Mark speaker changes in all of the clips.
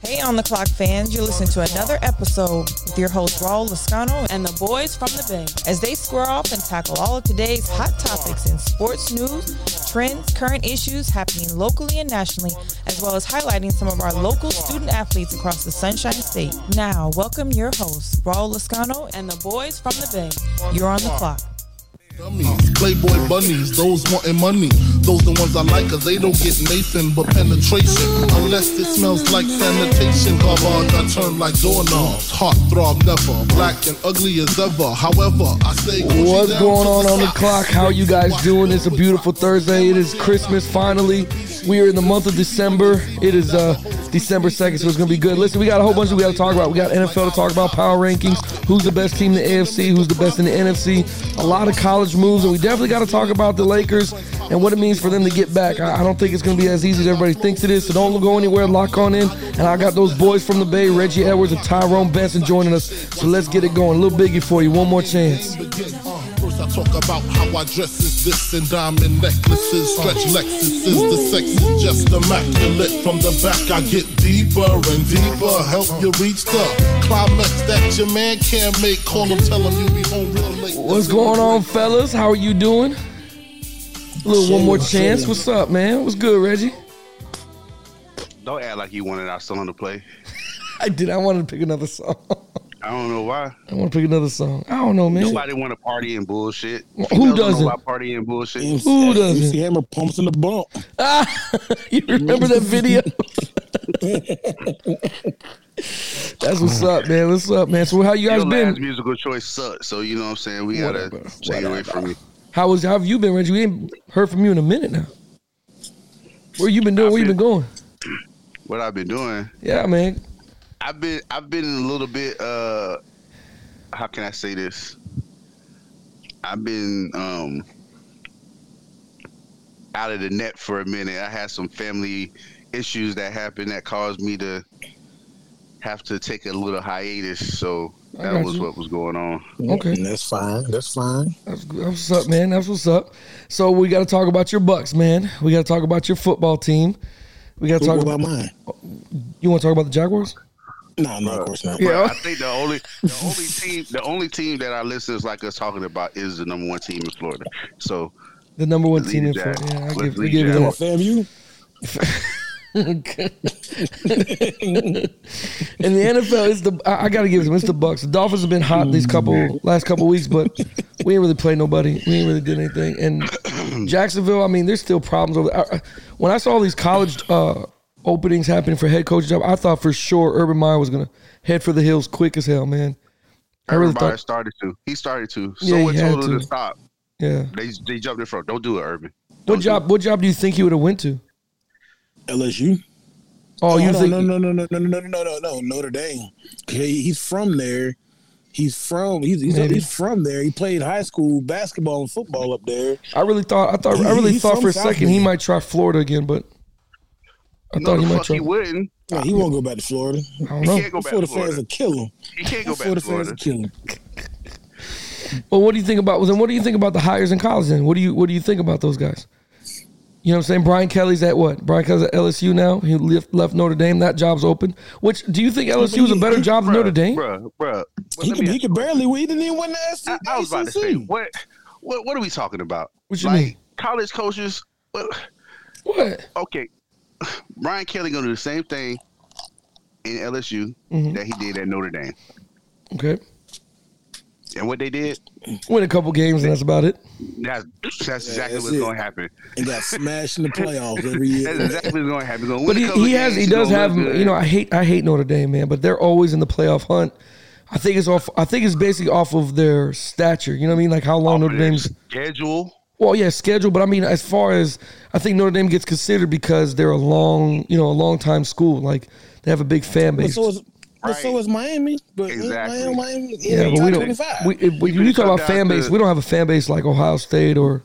Speaker 1: Hey, On the Clock fans, you're listening to another episode with your host, Raul Lascano, and the boys from the Bay as they square off and tackle all of today's hot topics in sports news, trends, current issues happening locally and nationally, as well as highlighting some of our local student athletes across the Sunshine State. Now, welcome your hosts, Raul Lascano and the boys from the Bay. You're on the clock.
Speaker 2: Dummies, playboy bunnies, those wanting money. Those the ones I like, cause they don't get Nathan but penetration. Unless it smells like sanitation. Garbage, I turn like doorknobs. Heart throb never, black and ugly as ever. However, I say,
Speaker 3: What's going on on the clock? How you guys doing? It's a beautiful Thursday. It is Christmas finally. We are in the month of December. It is uh, December 2nd, so it's going to be good. Listen, we got a whole bunch that we got to talk about. We got NFL to talk about, power rankings, who's the best team in the AFC, who's the best in the NFC, a lot of college moves, and we definitely got to talk about the Lakers and what it means for them to get back. I, I don't think it's going to be as easy as everybody thinks it is, so don't go anywhere. Lock on in. And I got those boys from the Bay, Reggie Edwards and Tyrone Benson joining us. So let's get it going. Little Biggie for you. One more chance.
Speaker 2: Begin, uh, First, I talk about how I dress is this and diamond necklaces, stretch Lexus is the sex is just immaculate. From the back, I get deeper and deeper, help you reach the climax that your man can't make. Call him, tell him you be home real late.
Speaker 3: What's going on, fellas? How are you doing? Little one more chance. What's up, man? What's good, Reggie?
Speaker 4: Don't act like you wanted our song to play.
Speaker 3: I did. I wanted to pick another song.
Speaker 4: I don't know why.
Speaker 3: I want to pick another song. I don't know, man.
Speaker 4: Nobody want to party and bullshit.
Speaker 3: Mm. Who
Speaker 4: Females don't
Speaker 3: doesn't? Mm,
Speaker 4: Know about party and bullshit.
Speaker 3: Who doesn't?
Speaker 5: MC Hammer pumps in the bump.
Speaker 3: Ah, you remember that video? That's what's up, man. What's up, man? So how you guys
Speaker 4: Your last
Speaker 3: been?
Speaker 4: musical choice sucked, so you know what I'm saying. We
Speaker 3: Whatever,
Speaker 4: gotta stay away
Speaker 3: whatever.
Speaker 4: from you.
Speaker 3: How was? How have you been, Reggie? We ain't heard from you in a minute now. Where you been doing? Where you been going?
Speaker 4: What I've been doing,
Speaker 3: Yeah, man.
Speaker 4: I've been, I've been a little bit. uh How can I say this? I've been um out of the net for a minute. I had some family issues that happened that caused me to have to take a little hiatus. So
Speaker 3: I
Speaker 4: that
Speaker 3: got
Speaker 4: was
Speaker 3: you.
Speaker 4: what was going on.
Speaker 3: Okay.
Speaker 5: And that's fine. That's fine.
Speaker 3: That's, that's what's up, man. That's what's up. So we got to talk about your Bucks, man. We got to talk about your football team. We got to talk
Speaker 5: What
Speaker 3: about.
Speaker 5: about mine?
Speaker 3: You want to talk about the Jaguars?
Speaker 5: No, no, of course not.
Speaker 3: Yeah.
Speaker 4: I think the only the only team the only team that our listeners like us talking about is the number one team in Florida. So
Speaker 3: The number one
Speaker 4: Lead
Speaker 3: team in
Speaker 4: Jag.
Speaker 3: Florida. Yeah, I
Speaker 4: Let's
Speaker 3: give, we
Speaker 4: lead
Speaker 3: give you
Speaker 4: Jag.
Speaker 3: that.
Speaker 5: FAMU.
Speaker 3: In the NFL, it's the I, I got to give it to them. It's the Bucks. The Dolphins have been hot these couple last couple weeks, but we ain't really played nobody. We ain't really did anything. And Jacksonville, I mean, there's still problems over. There. I, I- when I saw all these college uh, openings happening for head coach job, I thought for sure Urban Meyer was gonna head for the hills quick as hell, man. I really
Speaker 4: everybody
Speaker 3: thought-
Speaker 4: started to. He started to.
Speaker 3: Yeah,
Speaker 4: Someone
Speaker 3: he had
Speaker 4: told him to.
Speaker 3: to.
Speaker 4: stop.
Speaker 3: Yeah.
Speaker 4: They they jumped in front. Don't do it, Urban.
Speaker 3: What job? What job do you think he would have went to?
Speaker 5: LSU.
Speaker 3: Oh, you
Speaker 5: no,
Speaker 3: think?
Speaker 5: no, no, no, no, no, no, no, no, no, no, Notre Dame. He, he's from there. He's from he's he's,
Speaker 3: Maybe.
Speaker 5: he's from there. He played high school basketball and football up there.
Speaker 3: I really thought. I thought. I
Speaker 5: He-
Speaker 3: really
Speaker 5: he's
Speaker 3: thought
Speaker 5: from
Speaker 3: for a
Speaker 5: South
Speaker 3: second he
Speaker 5: Bend.
Speaker 3: might try Florida again, but I
Speaker 4: No,
Speaker 3: thought
Speaker 4: the
Speaker 3: he might
Speaker 4: fuck
Speaker 3: try.
Speaker 4: he wouldn't.
Speaker 5: Yeah, he won't go back to Florida.
Speaker 3: I don't
Speaker 4: He
Speaker 3: know.
Speaker 4: can't go back to
Speaker 5: Before the fans
Speaker 4: Florida.
Speaker 5: will kill him.
Speaker 4: He can't go back to
Speaker 5: Before the fans
Speaker 4: Florida.
Speaker 5: will kill him.
Speaker 3: Well, what do you think about then? What do you think about the hires in college? Then what do you what do you think about those guys? You know what I'm saying? Brian Kelly's at what? Brian Kelly's at LSU now. He left, left Notre Dame. That job's open. Which do you think LSU is a better job than Notre Dame?
Speaker 4: Bruh, bruh. Well,
Speaker 5: He
Speaker 4: let
Speaker 5: could,
Speaker 4: me
Speaker 5: he
Speaker 4: ask you
Speaker 5: could barely win. He didn't even win the E SEC.
Speaker 4: I, I was about to say what what what are we talking about?
Speaker 3: What you
Speaker 4: like
Speaker 3: mean?
Speaker 4: college coaches? Well,
Speaker 3: What?
Speaker 4: okay, Brian Kelly gonna do the same thing in LSU
Speaker 3: Mm-hmm.
Speaker 4: that he did at Notre Dame.
Speaker 3: Okay,
Speaker 4: And what they did,
Speaker 3: win a couple games and that's about it.
Speaker 4: that's that's exactly
Speaker 5: that's
Speaker 4: what's
Speaker 5: it.
Speaker 4: going to happen.
Speaker 5: And got smashed in the playoffs every
Speaker 4: That's
Speaker 5: year.
Speaker 4: exactly what's going to happen. He's gonna
Speaker 3: But
Speaker 4: win a
Speaker 3: he,
Speaker 4: couple
Speaker 3: he has
Speaker 4: games,
Speaker 3: he
Speaker 4: he's
Speaker 3: does
Speaker 4: gonna
Speaker 3: have
Speaker 4: look good.
Speaker 3: you know I hate I hate Notre Dame man, but they're always in the playoff hunt. I think it's off. I think it's basically off of their stature. You know what I mean? Like how long
Speaker 4: Off of
Speaker 3: Notre
Speaker 4: their
Speaker 3: Dame's
Speaker 4: schedule.
Speaker 3: Well, yeah, schedule, but I mean, as far as I think Notre Dame gets considered because they're a long, you know, a long time school. Like they have a big fan
Speaker 5: But
Speaker 3: base.
Speaker 5: so is but
Speaker 4: Right.
Speaker 5: so is Miami. But
Speaker 4: Exactly.
Speaker 5: Miami, Miami is
Speaker 3: yeah, but we
Speaker 5: top
Speaker 3: don't.
Speaker 5: 25.
Speaker 3: We, if, when
Speaker 4: You
Speaker 3: you
Speaker 4: could
Speaker 3: talk
Speaker 4: come
Speaker 3: about
Speaker 4: down
Speaker 3: fan
Speaker 4: to-
Speaker 3: base, we don't have a fan base like Ohio State or,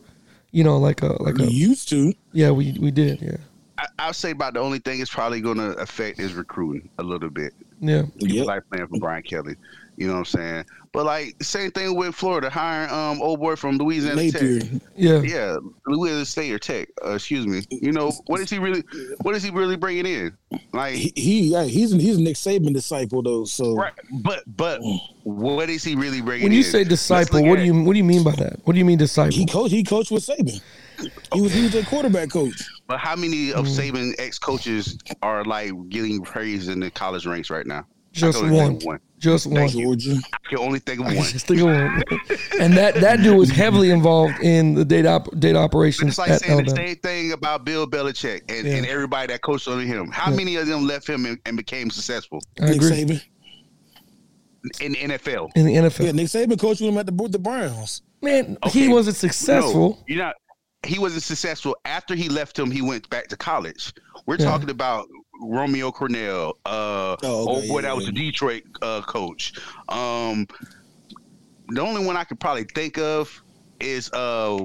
Speaker 3: you know, like a like
Speaker 5: We
Speaker 3: a
Speaker 5: used to.
Speaker 3: yeah. We we did yeah.
Speaker 4: I I, I'll say about the only thing it's probably going to affect is recruiting a little bit.
Speaker 3: Yeah.
Speaker 5: Yep.
Speaker 4: Like playing for Brian Kelly, you know what I'm saying? But like same thing with Florida hiring um old boy from Louisiana
Speaker 5: Napier.
Speaker 4: Tech.
Speaker 3: Yeah.
Speaker 4: Yeah, Louisiana State or Tech. Uh, excuse me. You know what is he really? What is he really bringing in? Like
Speaker 5: He, he yeah, he's he's Nick Saban disciple though. So
Speaker 4: Right, but but what is he really bringing?
Speaker 3: When you
Speaker 4: in?
Speaker 3: say
Speaker 4: Let's
Speaker 3: disciple,
Speaker 4: look
Speaker 3: what do
Speaker 4: at-
Speaker 3: you what do you mean by that? What do you mean
Speaker 5: he
Speaker 3: disciple?
Speaker 5: coached he coached with Saban. He was he was a quarterback coach.
Speaker 4: But how many of
Speaker 3: Mm.
Speaker 4: Saban ex coaches are like getting praised in the college ranks right now?
Speaker 3: Just
Speaker 4: I can only
Speaker 3: one.
Speaker 4: think of one.
Speaker 3: Just one.
Speaker 5: Georgia.
Speaker 4: I can only think of
Speaker 3: I
Speaker 4: one.
Speaker 3: just think of one. And that that dude was heavily involved in the data op, data operations
Speaker 4: It's like
Speaker 3: at
Speaker 4: saying the
Speaker 3: Alabama.
Speaker 4: same thing about Bill Belichick and,
Speaker 3: Yeah.
Speaker 4: and everybody that coached under him. How many of them left him and, and became successful
Speaker 3: I
Speaker 5: Nick
Speaker 3: agree.
Speaker 5: Saban.
Speaker 4: in the NFL?
Speaker 3: In the
Speaker 5: Yeah,
Speaker 3: NFL,
Speaker 5: Nick Saban coached with him at the the Browns.
Speaker 3: man,
Speaker 4: Okay.
Speaker 3: he wasn't
Speaker 4: No,
Speaker 3: successful.
Speaker 4: you're not. He wasn't successful after he left him. He went back to college. We're
Speaker 3: Yeah.
Speaker 4: talking about Romeo Cornell, uh,
Speaker 5: Oh,
Speaker 4: oh
Speaker 5: okay,
Speaker 4: boy,
Speaker 5: yeah,
Speaker 4: that was
Speaker 5: yeah.
Speaker 4: the Detroit uh, coach. Um, the only one I could probably think of is uh,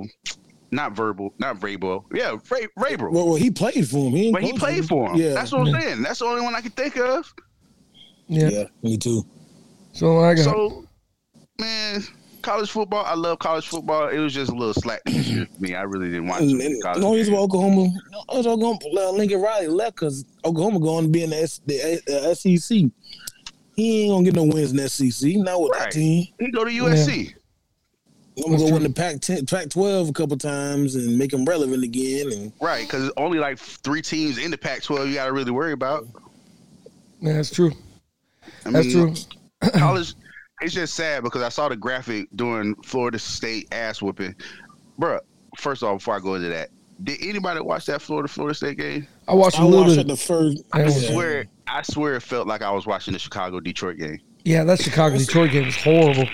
Speaker 4: not verbal, not Vrabel. Yeah, Ray, Rabel.
Speaker 5: Well, well, he played for him. He didn't
Speaker 4: but he
Speaker 5: coach
Speaker 4: played for him.
Speaker 5: Yeah,
Speaker 4: That's what I'm
Speaker 3: Yeah.
Speaker 4: saying. That's the only one I could think of.
Speaker 3: Yeah.
Speaker 5: yeah, me too.
Speaker 3: So I got.
Speaker 4: So, man, college football. I love college football. It was just a little slack this year for me. I really didn't watch.
Speaker 5: And,
Speaker 4: it.
Speaker 5: and the only reason why Oklahoma, the only reason why Oklahoma- Lincoln Riley left because Oklahoma going to be in the, S, the, uh, SEC. He ain't gonna get no wins in the SEC. Not with
Speaker 4: Right.
Speaker 5: that team.
Speaker 4: He go to USC.
Speaker 5: I'm gonna
Speaker 3: That's
Speaker 5: go
Speaker 3: true.
Speaker 5: win the Pac ten, Pac twelve a couple times and make them relevant again. And
Speaker 4: Right, because only like three teams in the Pac-12 you got to really worry about.
Speaker 3: Yeah, that's true.
Speaker 4: I
Speaker 3: That's
Speaker 4: mean,
Speaker 3: true.
Speaker 4: College, it's just sad because I saw the graphic during Florida State ass whooping. Bruh, first off, before I go into that, did anybody watch that Florida Florida State game?
Speaker 3: I watched
Speaker 5: I
Speaker 3: a little
Speaker 5: watched it
Speaker 3: bit.
Speaker 5: the first.
Speaker 3: I
Speaker 4: I
Speaker 3: Yeah.
Speaker 4: swear, I swear, it felt like I was watching the Chicago Detroit game.
Speaker 3: Yeah, that Chicago Detroit game was horrible.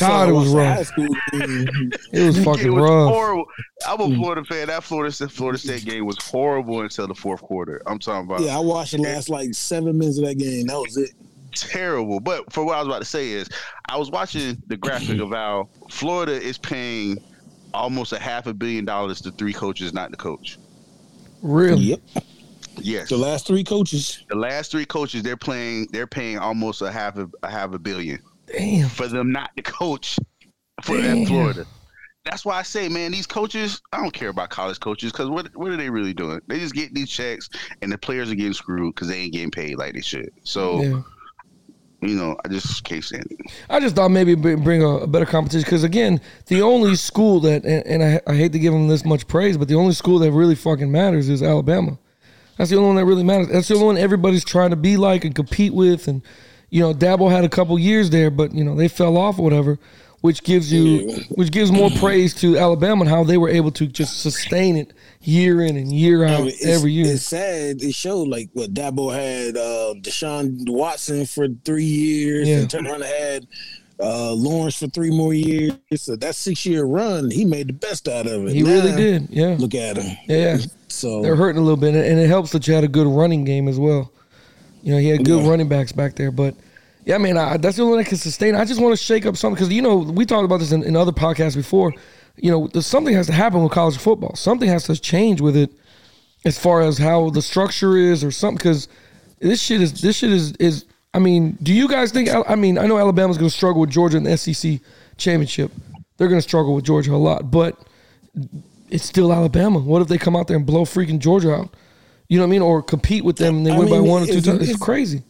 Speaker 3: God,
Speaker 5: I
Speaker 3: it was
Speaker 5: watched the
Speaker 3: rough.
Speaker 5: High school game.
Speaker 3: It was fucking
Speaker 4: it was
Speaker 3: rough.
Speaker 4: horrible. I'm a Florida fan. That Florida State, Florida State game was horrible until the fourth quarter. I'm talking about
Speaker 5: yeah, I watched the last like seven minutes of that game. That was it.
Speaker 4: terrible. But for what I was about to say is, I was watching the graphic of how Florida is paying almost a half a billion dollars to three coaches, not the coach.
Speaker 3: Really?
Speaker 5: Yep.
Speaker 4: Yes,
Speaker 5: The last three coaches.
Speaker 4: the last three coaches they're playing, they're paying almost a half a, a half a billion
Speaker 3: Damn.
Speaker 4: for them not to coach for
Speaker 3: Damn.
Speaker 4: that Florida. That's why I say, man, these coaches, I don't care about college coaches because what what are they really doing? They just getting these checks, and the players are getting screwed because they ain't getting paid like they should. So
Speaker 3: Yeah.
Speaker 4: you know, I just can't stand it.
Speaker 3: I just thought maybe br- bring a, a better competition because again, the only school that and, and I, I hate to give them this much praise, but the only school that really fucking matters is Alabama. That's the only one that really matters. That's the only one everybody's trying to be like and compete with. And you know, Dabble had a couple years there, but you know they fell off or whatever, which gives you which gives more praise to Alabama and how they were able to just sustain it year in and year
Speaker 5: I
Speaker 3: out
Speaker 5: mean, it's,
Speaker 3: every year.
Speaker 5: It's sad. It showed like what Dabo had uh, Deshaun Watson for three years,
Speaker 3: Yeah.
Speaker 5: and turned around and had uh, Lawrence for three more years. So that six year run, he made the best out of it.
Speaker 3: He really
Speaker 5: Now,
Speaker 3: did. Yeah.
Speaker 5: Look at him.
Speaker 3: Yeah.
Speaker 5: So
Speaker 3: They're hurting a little bit, and it helps that you had a good running game as well. You know, he had good
Speaker 5: Yeah.
Speaker 3: running backs back there, but yeah, man, I, that's the only one that can sustain. I just want to shake up something because you know we talked about this in, in other podcasts before. You know, there's something has to happen with college football. Something has to change with it as far as how the structure is or something because this shit is this shit is is I mean, do you guys think? Al- I mean, I know Alabama's going to struggle with Georgia in the SEC championship. They're going to struggle with Georgia a lot, but it's still Alabama. What if they come out there and blow freaking Georgia out? You know what I mean? Or compete with them and they
Speaker 5: I
Speaker 3: win by
Speaker 5: mean,
Speaker 3: one or two
Speaker 5: if-
Speaker 3: times. It's
Speaker 5: if-
Speaker 3: crazy.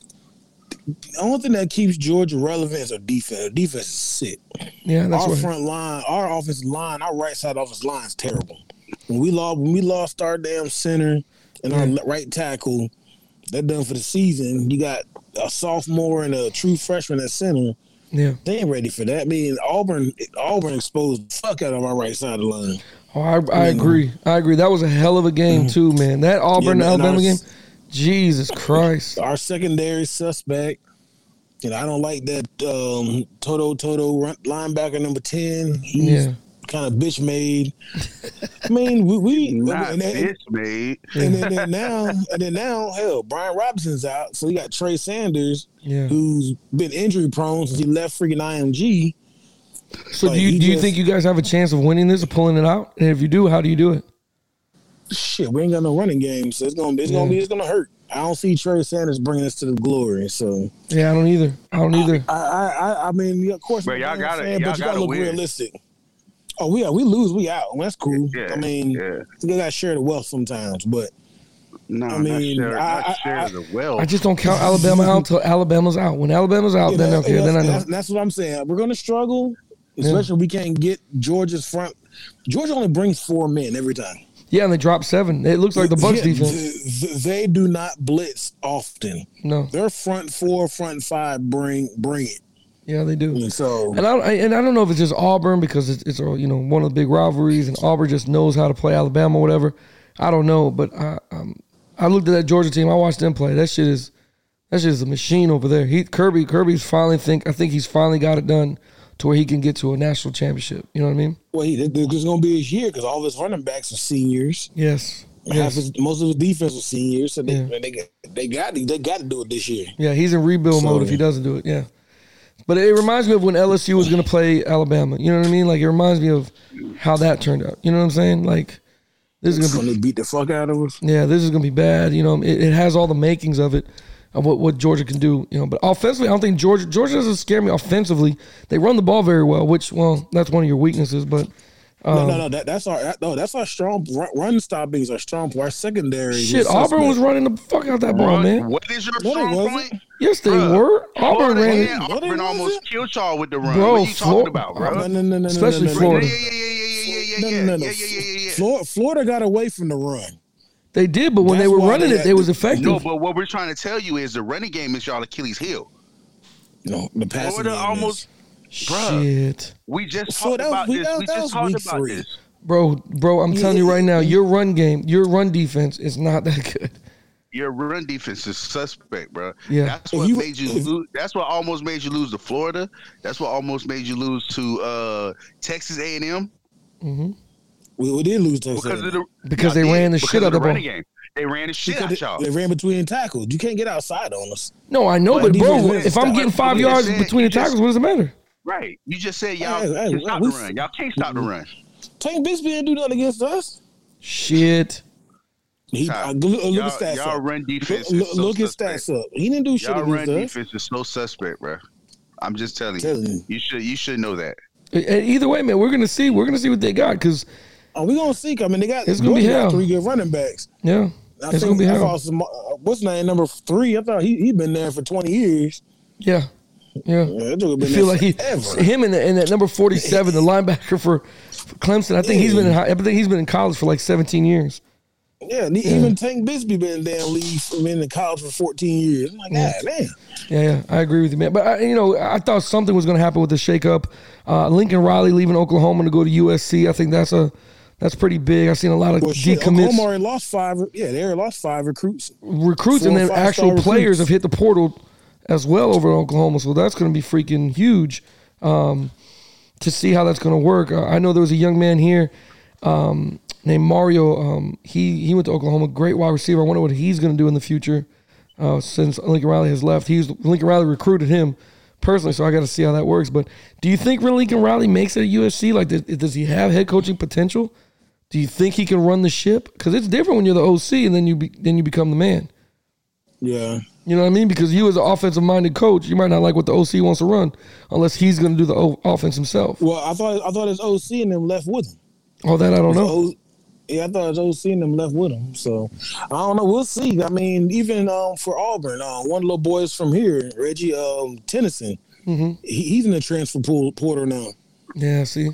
Speaker 5: the only thing that keeps Georgia relevant is our defense. Our defense is sick.
Speaker 3: Yeah, that's
Speaker 5: our
Speaker 3: right.
Speaker 5: front line, our offensive line, our right side offensive line is terrible. When we lost, when we lost our damn center and our
Speaker 3: Yeah.
Speaker 5: le- right tackle, they're done for the season. You got a sophomore and a true freshman at center.
Speaker 3: Yeah.
Speaker 5: They ain't ready for that. I mean, Auburn, Auburn exposed the fuck out of our right side of the line.
Speaker 3: Oh, I, I agree. I agree. That was a hell of a game too, man. That Auburn
Speaker 5: man,
Speaker 3: Alabama
Speaker 5: ours-
Speaker 3: game. Jesus Christ.
Speaker 5: Our secondary suspect. And I don't like that um, Toto Toto run- linebacker number ten. He's
Speaker 3: Yeah.
Speaker 5: kind of bitch made. I mean, we, we
Speaker 4: Not
Speaker 5: and- and-
Speaker 4: this, mate.
Speaker 5: And then, then now, and then now, hell, Brian Robinson's out, so you got Trey Sanders,
Speaker 3: Yeah.
Speaker 5: who's been injury prone since he left freaking IMG.
Speaker 3: So do
Speaker 5: Like,
Speaker 3: you
Speaker 5: he
Speaker 3: do you
Speaker 5: just-
Speaker 3: think you guys have a chance of winning this or pulling it out? And if you do, how do you do it?
Speaker 5: shit, we ain't got no running game, so it's gonna it's gonna
Speaker 3: Yeah.
Speaker 5: be it's gonna hurt. I don't see Trey Sanders bringing us to the glory, so
Speaker 3: Yeah, I don't either. I don't either.
Speaker 5: I I I, I mean, yeah, of course,
Speaker 4: Bro,
Speaker 5: you
Speaker 4: y'all
Speaker 5: know what I'm
Speaker 4: gotta-
Speaker 5: saying,
Speaker 4: y'all
Speaker 5: but you gotta
Speaker 4: gotta
Speaker 5: look
Speaker 4: win.
Speaker 5: realistic. Oh, we yeah, we lose, we out. Well, that's cool.
Speaker 4: Yeah,
Speaker 5: I mean,
Speaker 4: yeah.
Speaker 5: they gotta share the wealth sometimes, but
Speaker 4: No,
Speaker 5: I
Speaker 4: I mean,
Speaker 5: mean,
Speaker 4: not share,
Speaker 5: I-
Speaker 4: not
Speaker 5: I-
Speaker 4: share
Speaker 5: I-
Speaker 4: the wealth.
Speaker 3: I just don't count Alabama out till Alabama's out. When Alabama's out,
Speaker 5: Yeah,
Speaker 3: then
Speaker 5: that-
Speaker 3: okay,
Speaker 5: that's,
Speaker 3: then I know.
Speaker 5: that's- that's what I'm saying. We're gonna struggle, especially if we can't get Georgia's front. Georgia only brings four men every time.
Speaker 3: Yeah, and they dropped seven. It looks like the Bucks
Speaker 5: Yeah,
Speaker 3: defense.
Speaker 5: th- they do not blitz often.
Speaker 3: No,
Speaker 5: Their front four, front five, bring bring it.
Speaker 3: yeah, they do.
Speaker 5: And so
Speaker 3: And I, I- and I don't know if it's just Auburn because it's, it's uh, you know one of the big rivalries, and Auburn just knows how to play Alabama, whatever. I don't know, but I um, I looked at that Georgia team. I watched them play. That shit is that shit is a machine over there. He Kirby Kirby's finally think I think he's finally got it done to where he can get to a national championship. You know what I mean?
Speaker 5: well, he, this is gonna be his year because all of his running backs are seniors.
Speaker 3: Yes.
Speaker 5: Half
Speaker 3: Yes.
Speaker 5: his, most of his defense was seniors, so they
Speaker 3: Yeah.
Speaker 5: man, they got- they got to- they got to do it this year.
Speaker 3: Yeah, he's in rebuild
Speaker 5: So-
Speaker 3: mode if he doesn't do it. Yeah. But it reminds me of when LSU was going to play Alabama. You know what I mean? Like it reminds me of how that turned out. You know what I'm saying? Like this is
Speaker 5: It's
Speaker 3: going to
Speaker 5: gonna beat the fuck out of us.
Speaker 3: be yeah, this is going to be bad. You know, it, it has all the makings of it of what what Georgia can do. You know, but offensively, I don't think Georgia Georgia doesn't scare me offensively. They run the ball very well, which well that's one of your weaknesses. But Oh.
Speaker 5: no, no, no. That, that's our that, no. That's our strong run, run stoppings. Our strong point. Our secondary. is
Speaker 3: shit, Auburn
Speaker 5: suspect.
Speaker 3: was running the fuck out that ball,
Speaker 4: Run-
Speaker 3: man.
Speaker 4: What is your
Speaker 5: No, they
Speaker 4: strong
Speaker 5: wasn't.
Speaker 4: point?
Speaker 3: Yes, they
Speaker 4: Bruh,
Speaker 3: were. Auburn
Speaker 4: Florida
Speaker 3: ran
Speaker 4: and
Speaker 3: it.
Speaker 5: No, they
Speaker 4: Auburn almost
Speaker 5: wasn't.
Speaker 4: killed y'all with the run.
Speaker 3: Bro,
Speaker 4: what are you
Speaker 3: Flor-
Speaker 4: talking about,
Speaker 5: No,
Speaker 4: bro?
Speaker 5: no, no, no, no,
Speaker 3: Especially
Speaker 5: no, no,
Speaker 3: Florida.
Speaker 4: Yeah, yeah, yeah, yeah,
Speaker 5: No,
Speaker 4: yeah, yeah, yeah,
Speaker 5: no, no,
Speaker 4: yeah,
Speaker 5: no.
Speaker 4: yeah, yeah, yeah, yeah.
Speaker 5: Flor- Florida got away from the run.
Speaker 3: They did, but when
Speaker 5: That's
Speaker 3: they were
Speaker 5: why
Speaker 3: running
Speaker 5: they
Speaker 3: it,
Speaker 5: had
Speaker 3: they was
Speaker 5: to-
Speaker 3: effective.
Speaker 4: No, but what we're trying to tell you is the running game is y'all Achilles heel.
Speaker 5: No, the passing.
Speaker 4: Florida
Speaker 5: game
Speaker 4: almost.
Speaker 5: is-
Speaker 4: Bruh.
Speaker 3: Shit.
Speaker 4: We just
Speaker 5: So
Speaker 4: talked
Speaker 5: that was-
Speaker 4: about
Speaker 5: we-
Speaker 4: this.
Speaker 5: that-
Speaker 4: we
Speaker 5: that
Speaker 4: just
Speaker 5: was
Speaker 4: talked
Speaker 5: week
Speaker 4: about
Speaker 5: three.
Speaker 4: this.
Speaker 3: Bro, bro, I'm telling you right now, your run game, your run defense is not that good.
Speaker 4: Your run defense is suspect, bro.
Speaker 3: Yeah.
Speaker 4: That's
Speaker 5: If
Speaker 4: what
Speaker 5: you-
Speaker 4: made you
Speaker 5: if-
Speaker 4: lose. That's what almost made you lose to Florida. That's what almost made you lose to uh, Texas A and M
Speaker 5: We, we did lose those.
Speaker 4: because of the
Speaker 3: Because they
Speaker 4: Y'all
Speaker 3: ran the
Speaker 4: because
Speaker 3: shit out
Speaker 4: of the
Speaker 3: of the
Speaker 4: running
Speaker 3: ball.
Speaker 4: game. They ran the shit
Speaker 5: because
Speaker 4: out
Speaker 5: they,
Speaker 4: y'all.
Speaker 5: they ran between tackles. You can't get outside on us.
Speaker 3: No, I know,
Speaker 5: But
Speaker 3: but bro,
Speaker 5: defense-
Speaker 3: if I'm getting five
Speaker 4: but
Speaker 3: yards
Speaker 4: defense-
Speaker 3: between the tackles, what does it matter?
Speaker 4: Right. You just said y'all
Speaker 5: Hey, hey,
Speaker 4: can
Speaker 5: hey,
Speaker 4: stop
Speaker 5: we-
Speaker 4: the run. Y'all can't stop the run.
Speaker 5: Tank Bixby didn't do nothing against us.
Speaker 3: Shit.
Speaker 5: He,
Speaker 4: Nah,
Speaker 5: I, look, look
Speaker 4: Y'all,
Speaker 5: at stats
Speaker 4: y'all
Speaker 5: up.
Speaker 4: run defense.
Speaker 5: Look,
Speaker 4: is
Speaker 5: look,
Speaker 4: so
Speaker 5: look at
Speaker 4: suspect.
Speaker 5: stats up. He didn't do shit
Speaker 4: Y'all run
Speaker 5: against us.
Speaker 4: defense is so suspect, bro. I'm just telling you.
Speaker 5: Telling you.
Speaker 4: You should you should know that.
Speaker 3: E- e- Either way, man, we're gonna see. We're gonna see what they got. Cause
Speaker 5: Are Oh, we gonna see? I mean, they got
Speaker 3: It's gonna be
Speaker 5: Georgia got
Speaker 3: hell.
Speaker 5: three good running backs.
Speaker 3: yeah,
Speaker 5: I
Speaker 3: it's
Speaker 5: think,
Speaker 3: gonna be
Speaker 5: I
Speaker 3: hell.
Speaker 5: thought some, uh, what's his name number three? I thought he he been there for twenty years.
Speaker 3: Yeah, yeah.
Speaker 5: Yeah, that dude been
Speaker 3: I
Speaker 5: there
Speaker 3: feel like he,
Speaker 5: forever.
Speaker 3: him and, the, and that number forty-seven, the linebacker for, for Clemson. I think he's been. In, hi- I think he's been in college for like seventeen years.
Speaker 5: Yeah, and even Tank Bisbee been down league been in college for 14 years. I'm like, ah, God damn.
Speaker 3: Yeah, yeah, I agree with you, man. But I, you know, I thought something was going to happen with the shakeup. Uh, Lincoln Riley leaving Oklahoma to go to USC. I think that's a that's pretty big. I've seen a lot of
Speaker 5: Well, shit,
Speaker 3: decommits,
Speaker 5: Oklahoma already lost five. Yeah, they already lost five recruits.
Speaker 3: recruits, and
Speaker 5: four
Speaker 3: then
Speaker 5: or five-star
Speaker 3: actual
Speaker 5: recruits.
Speaker 3: players have hit the portal as well over in Oklahoma. So that's going to be freaking huge um, to see how that's going to work. Uh, I know there was a young man here um, named Mario. Um, he he went to Oklahoma, great wide receiver. I wonder what he's going to do in the future. uh, since Lincoln Riley has left. He's Lincoln Riley recruited him personally, so I got to see how that works. But do you think Lincoln Riley makes it at USC? Like, does, does he have head coaching potential? Do you think he can run the ship? Because it's different when you're the OC and then you be, then you become the man.
Speaker 5: Yeah.
Speaker 3: You know what I mean? Because you, as an offensive minded coach, you might not like what the OC wants to run unless he's going to do the o- offense himself.
Speaker 5: Well, I thought I thought his OC and them left with him.
Speaker 3: All that I don't know.
Speaker 5: O- yeah, I thought his OC and them left with him. So I don't know. We'll see. I mean, even um, for Auburn, uh, one little boy's from here, Reggie um, Tennyson.
Speaker 3: Mm-hmm.
Speaker 5: He, he's in the transfer pool porter now.
Speaker 3: Yeah, see,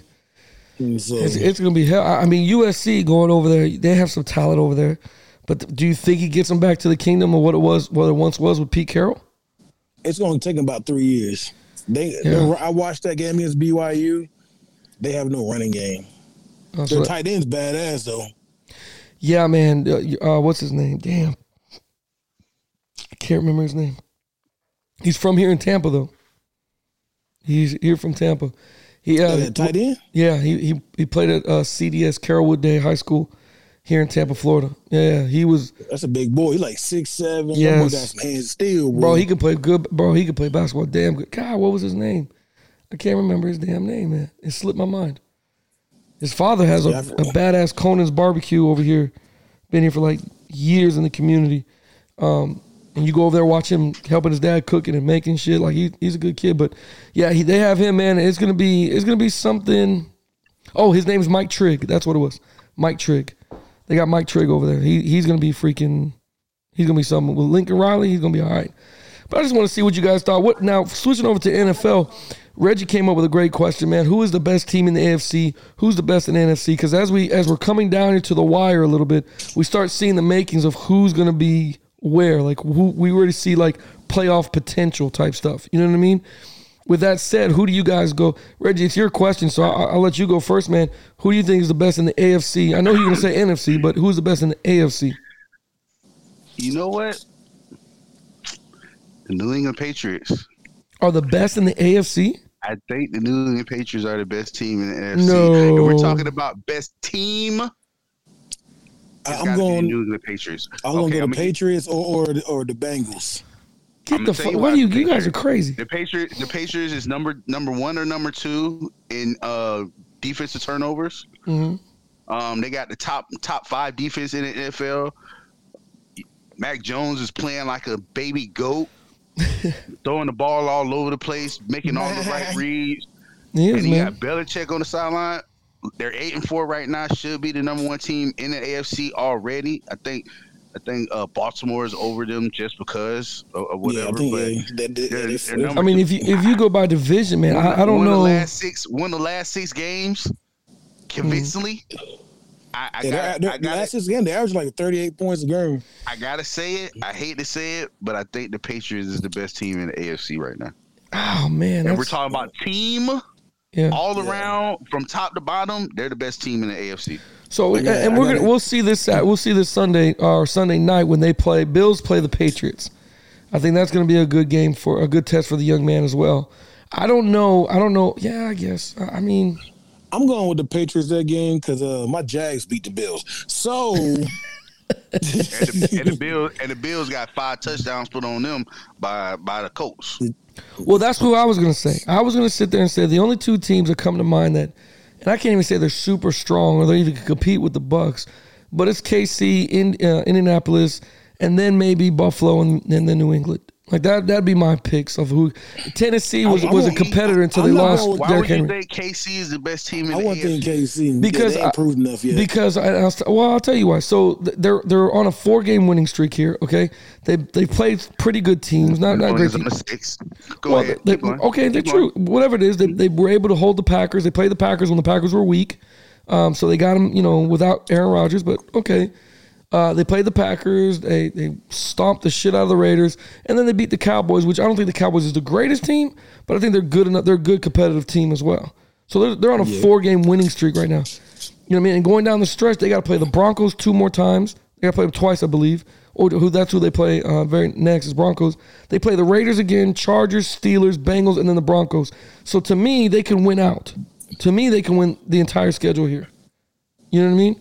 Speaker 5: And So
Speaker 3: it's, it's going to be hell. I I mean, USC going over there, they have some talent over there. But do you think he gets them back to the kingdom of what it was, what it once was with Pete Carroll?
Speaker 5: it's going to take them about three years. They,
Speaker 3: Yeah.
Speaker 5: I watched that game against BYU. They have no running game.
Speaker 3: Oh, so
Speaker 5: Their
Speaker 3: that-
Speaker 5: tight end's badass though.
Speaker 3: yeah, man. Uh, uh, what's his name? Damn, I can't remember his name. He's from here in Tampa though. He's here from Tampa. He uh,
Speaker 5: that tight end.
Speaker 3: yeah, he he he played at uh, CDS Carrollwood Day High School here in Tampa, Florida. Yeah, he was
Speaker 5: That's a big boy. He like six seven. Yeah,
Speaker 3: Yes.
Speaker 5: got some hands still, bro.
Speaker 3: bro. He could play good, bro. He could play basketball. Damn good. God, what was his name? I can't remember his damn name, man. It slipped my mind. His father has a,
Speaker 5: Yeah, I-
Speaker 3: a badass Conan's barbecue over here been here for like years in the community. Um, and you go over there, watch him helping his dad cooking and making shit. Like he, he's a good kid, but yeah, he, they have him, man. It's gonna be it's gonna be something. Oh, his name's Mike Trigg. That's what it was, Mike Trigg. They got Mike Trigg over there. He he's gonna be freaking. He's gonna be something with Lincoln Riley. He's gonna be all right. But I just want to see what you guys thought. What now? Switching over to NFL, Reggie came up with a great question, man. Who is the best team in the AFC? Who's the best in the NFC? Because as we as we're coming down into the wire a little bit, we start seeing the makings of who's going to be where. Like who we already see like playoff potential type stuff. You know what I mean? With that said, who do you guys go? Reggie, it's your question, so I, I'll let you go first, man. Who do you think is the best in the AFC? I know you're going to say NFC, but who's the best in the AFC?
Speaker 4: You know what? The New England Patriots.
Speaker 3: Are the best in the AFC?
Speaker 4: I think the New England Patriots are the best team in the NFC.
Speaker 3: No.
Speaker 4: If we're talking about best team,
Speaker 5: I,
Speaker 4: it's gotta
Speaker 5: I'm
Speaker 4: be the
Speaker 5: going.
Speaker 4: New England Patriots.
Speaker 5: I'm gonna
Speaker 4: Okay,
Speaker 5: go
Speaker 4: I'ma
Speaker 5: the
Speaker 4: get-
Speaker 5: Patriots or, or the- or the Bengals.
Speaker 3: Get
Speaker 4: I'ma
Speaker 3: the
Speaker 4: tell
Speaker 3: fuck!
Speaker 4: you
Speaker 3: What
Speaker 4: why
Speaker 3: are you?
Speaker 4: the
Speaker 3: You guys
Speaker 4: Patriots-
Speaker 3: are crazy.
Speaker 4: The Patriots, the Patriots is number number one or number two in uh, defensive turnovers.
Speaker 5: Mm-hmm.
Speaker 4: Um, they got the top top five defense in the NFL. Mac Jones is playing like a baby goat, throwing the ball all over the place, making all the right reads.
Speaker 3: He is,
Speaker 4: And you
Speaker 3: man.
Speaker 4: got Belichick on the sideline. They're eight and four right now. Should be the number one team in the AFC already. I think. I think uh, Baltimore is over them just because of, of whatever.
Speaker 5: yeah, I think
Speaker 4: but
Speaker 5: yeah, that, that,
Speaker 4: they're-
Speaker 5: that is-
Speaker 4: they're number-
Speaker 3: I mean, if you if you go by division, man, I, I don't
Speaker 4: won
Speaker 3: know.
Speaker 4: The last six, won the last six games convincingly. I, I, gotta,
Speaker 5: yeah, they're-
Speaker 4: I,
Speaker 5: they're- last
Speaker 4: gotta,
Speaker 5: six game they averaged like 38 points a game.
Speaker 4: I gotta say it. I hate to say it, but I think the Patriots is the best team in the AFC right now.
Speaker 3: Oh man,
Speaker 4: And we're
Speaker 3: that's-
Speaker 4: talking about team
Speaker 3: yeah.
Speaker 4: all around, from top to bottom. They're the best team in the AFC.
Speaker 3: So and-
Speaker 5: Yeah,
Speaker 3: and
Speaker 5: I
Speaker 3: we're
Speaker 5: got
Speaker 3: gonna
Speaker 5: it.
Speaker 3: we'll see this Sat- we'll see this Sunday or Sunday night when they play Bills play the Patriots. I think that's gonna be a good game for a good test for the young man as well. I don't know. I don't know. Yeah, I guess. I I mean,
Speaker 5: I'm going with the Patriots that game because uh, my Jags beat the Bills. So
Speaker 4: And the, and the Bills and the Bills got five touchdowns put on them by by the Colts.
Speaker 3: well, that's who I was gonna say. I was gonna sit there and say the only two teams that come to mind that, and I can't even say they're super strong or they even can compete with the Bucks, but it's KC in uh, Indianapolis, and then maybe Buffalo and, and then New England. Like that, that'd be my picks of who. Tennessee was,
Speaker 5: I- I
Speaker 3: was a
Speaker 5: won't-
Speaker 3: competitor until
Speaker 5: I'm
Speaker 3: they
Speaker 5: not
Speaker 3: lost.
Speaker 5: going with-
Speaker 4: Why
Speaker 3: Derrick
Speaker 4: would you
Speaker 3: Henry.
Speaker 4: think KC is the best team in
Speaker 5: I
Speaker 4: the
Speaker 5: want them
Speaker 4: AFC?
Speaker 5: KC
Speaker 3: Because
Speaker 5: because they
Speaker 3: I-
Speaker 5: ain't proved enough yet.
Speaker 3: Because I, I'll, st- well, I'll tell you why. So th- they're they're on a four game winning streak here. Okay, they they played pretty good teams, not not great.
Speaker 4: Bonus on
Speaker 3: Teams.
Speaker 4: the six. Go
Speaker 3: Well,
Speaker 4: ahead.
Speaker 3: they-
Speaker 4: Keep going.
Speaker 3: okay, they're
Speaker 4: Keep going.
Speaker 3: true. Whatever it is, they, they were able to hold the Packers. They played the Packers when the Packers were weak, um, so they got them, you know, without Aaron Rodgers. But okay, uh, they played the Packers. They they stomped the shit out of the Raiders, and then they beat the Cowboys, which I don't think the Cowboys is the greatest team, but I think they're good enough. They're a good competitive team as well. So they're they're on a four game winning streak right now. You know what I mean? And going down the stretch, they got to play the Broncos two more times. They got to play them twice, I believe. Or who? That's who they play. Uh, very next is Broncos. They play the Raiders again, Chargers, Steelers, Bengals, and then the Broncos. So to me, they can win out. To me, they can win the entire schedule here. You know what I mean?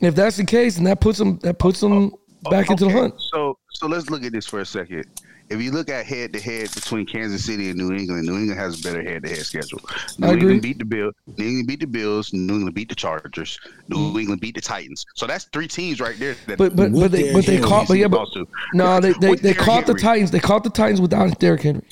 Speaker 3: If that's the case, and that puts them that puts them back into the
Speaker 4: Okay,
Speaker 3: hunt.
Speaker 4: So so let's look at this for a second. If you look at head to head between Kansas City and New England, New England has a better head to head schedule. New
Speaker 3: I agree.
Speaker 4: England beat the Bill. New England beat the Bills. New England beat the Chargers. New England beat the Titans. So that's three teams right there. That
Speaker 3: Mm. But but but
Speaker 5: With
Speaker 3: they
Speaker 5: Derrick
Speaker 3: but they
Speaker 5: Henry,
Speaker 3: caught but yeah but
Speaker 4: lost to.
Speaker 3: no they they,
Speaker 4: With
Speaker 3: they
Speaker 4: Derrick
Speaker 3: caught the
Speaker 4: Henry.
Speaker 3: Titans they caught the Titans without Derrick Henry.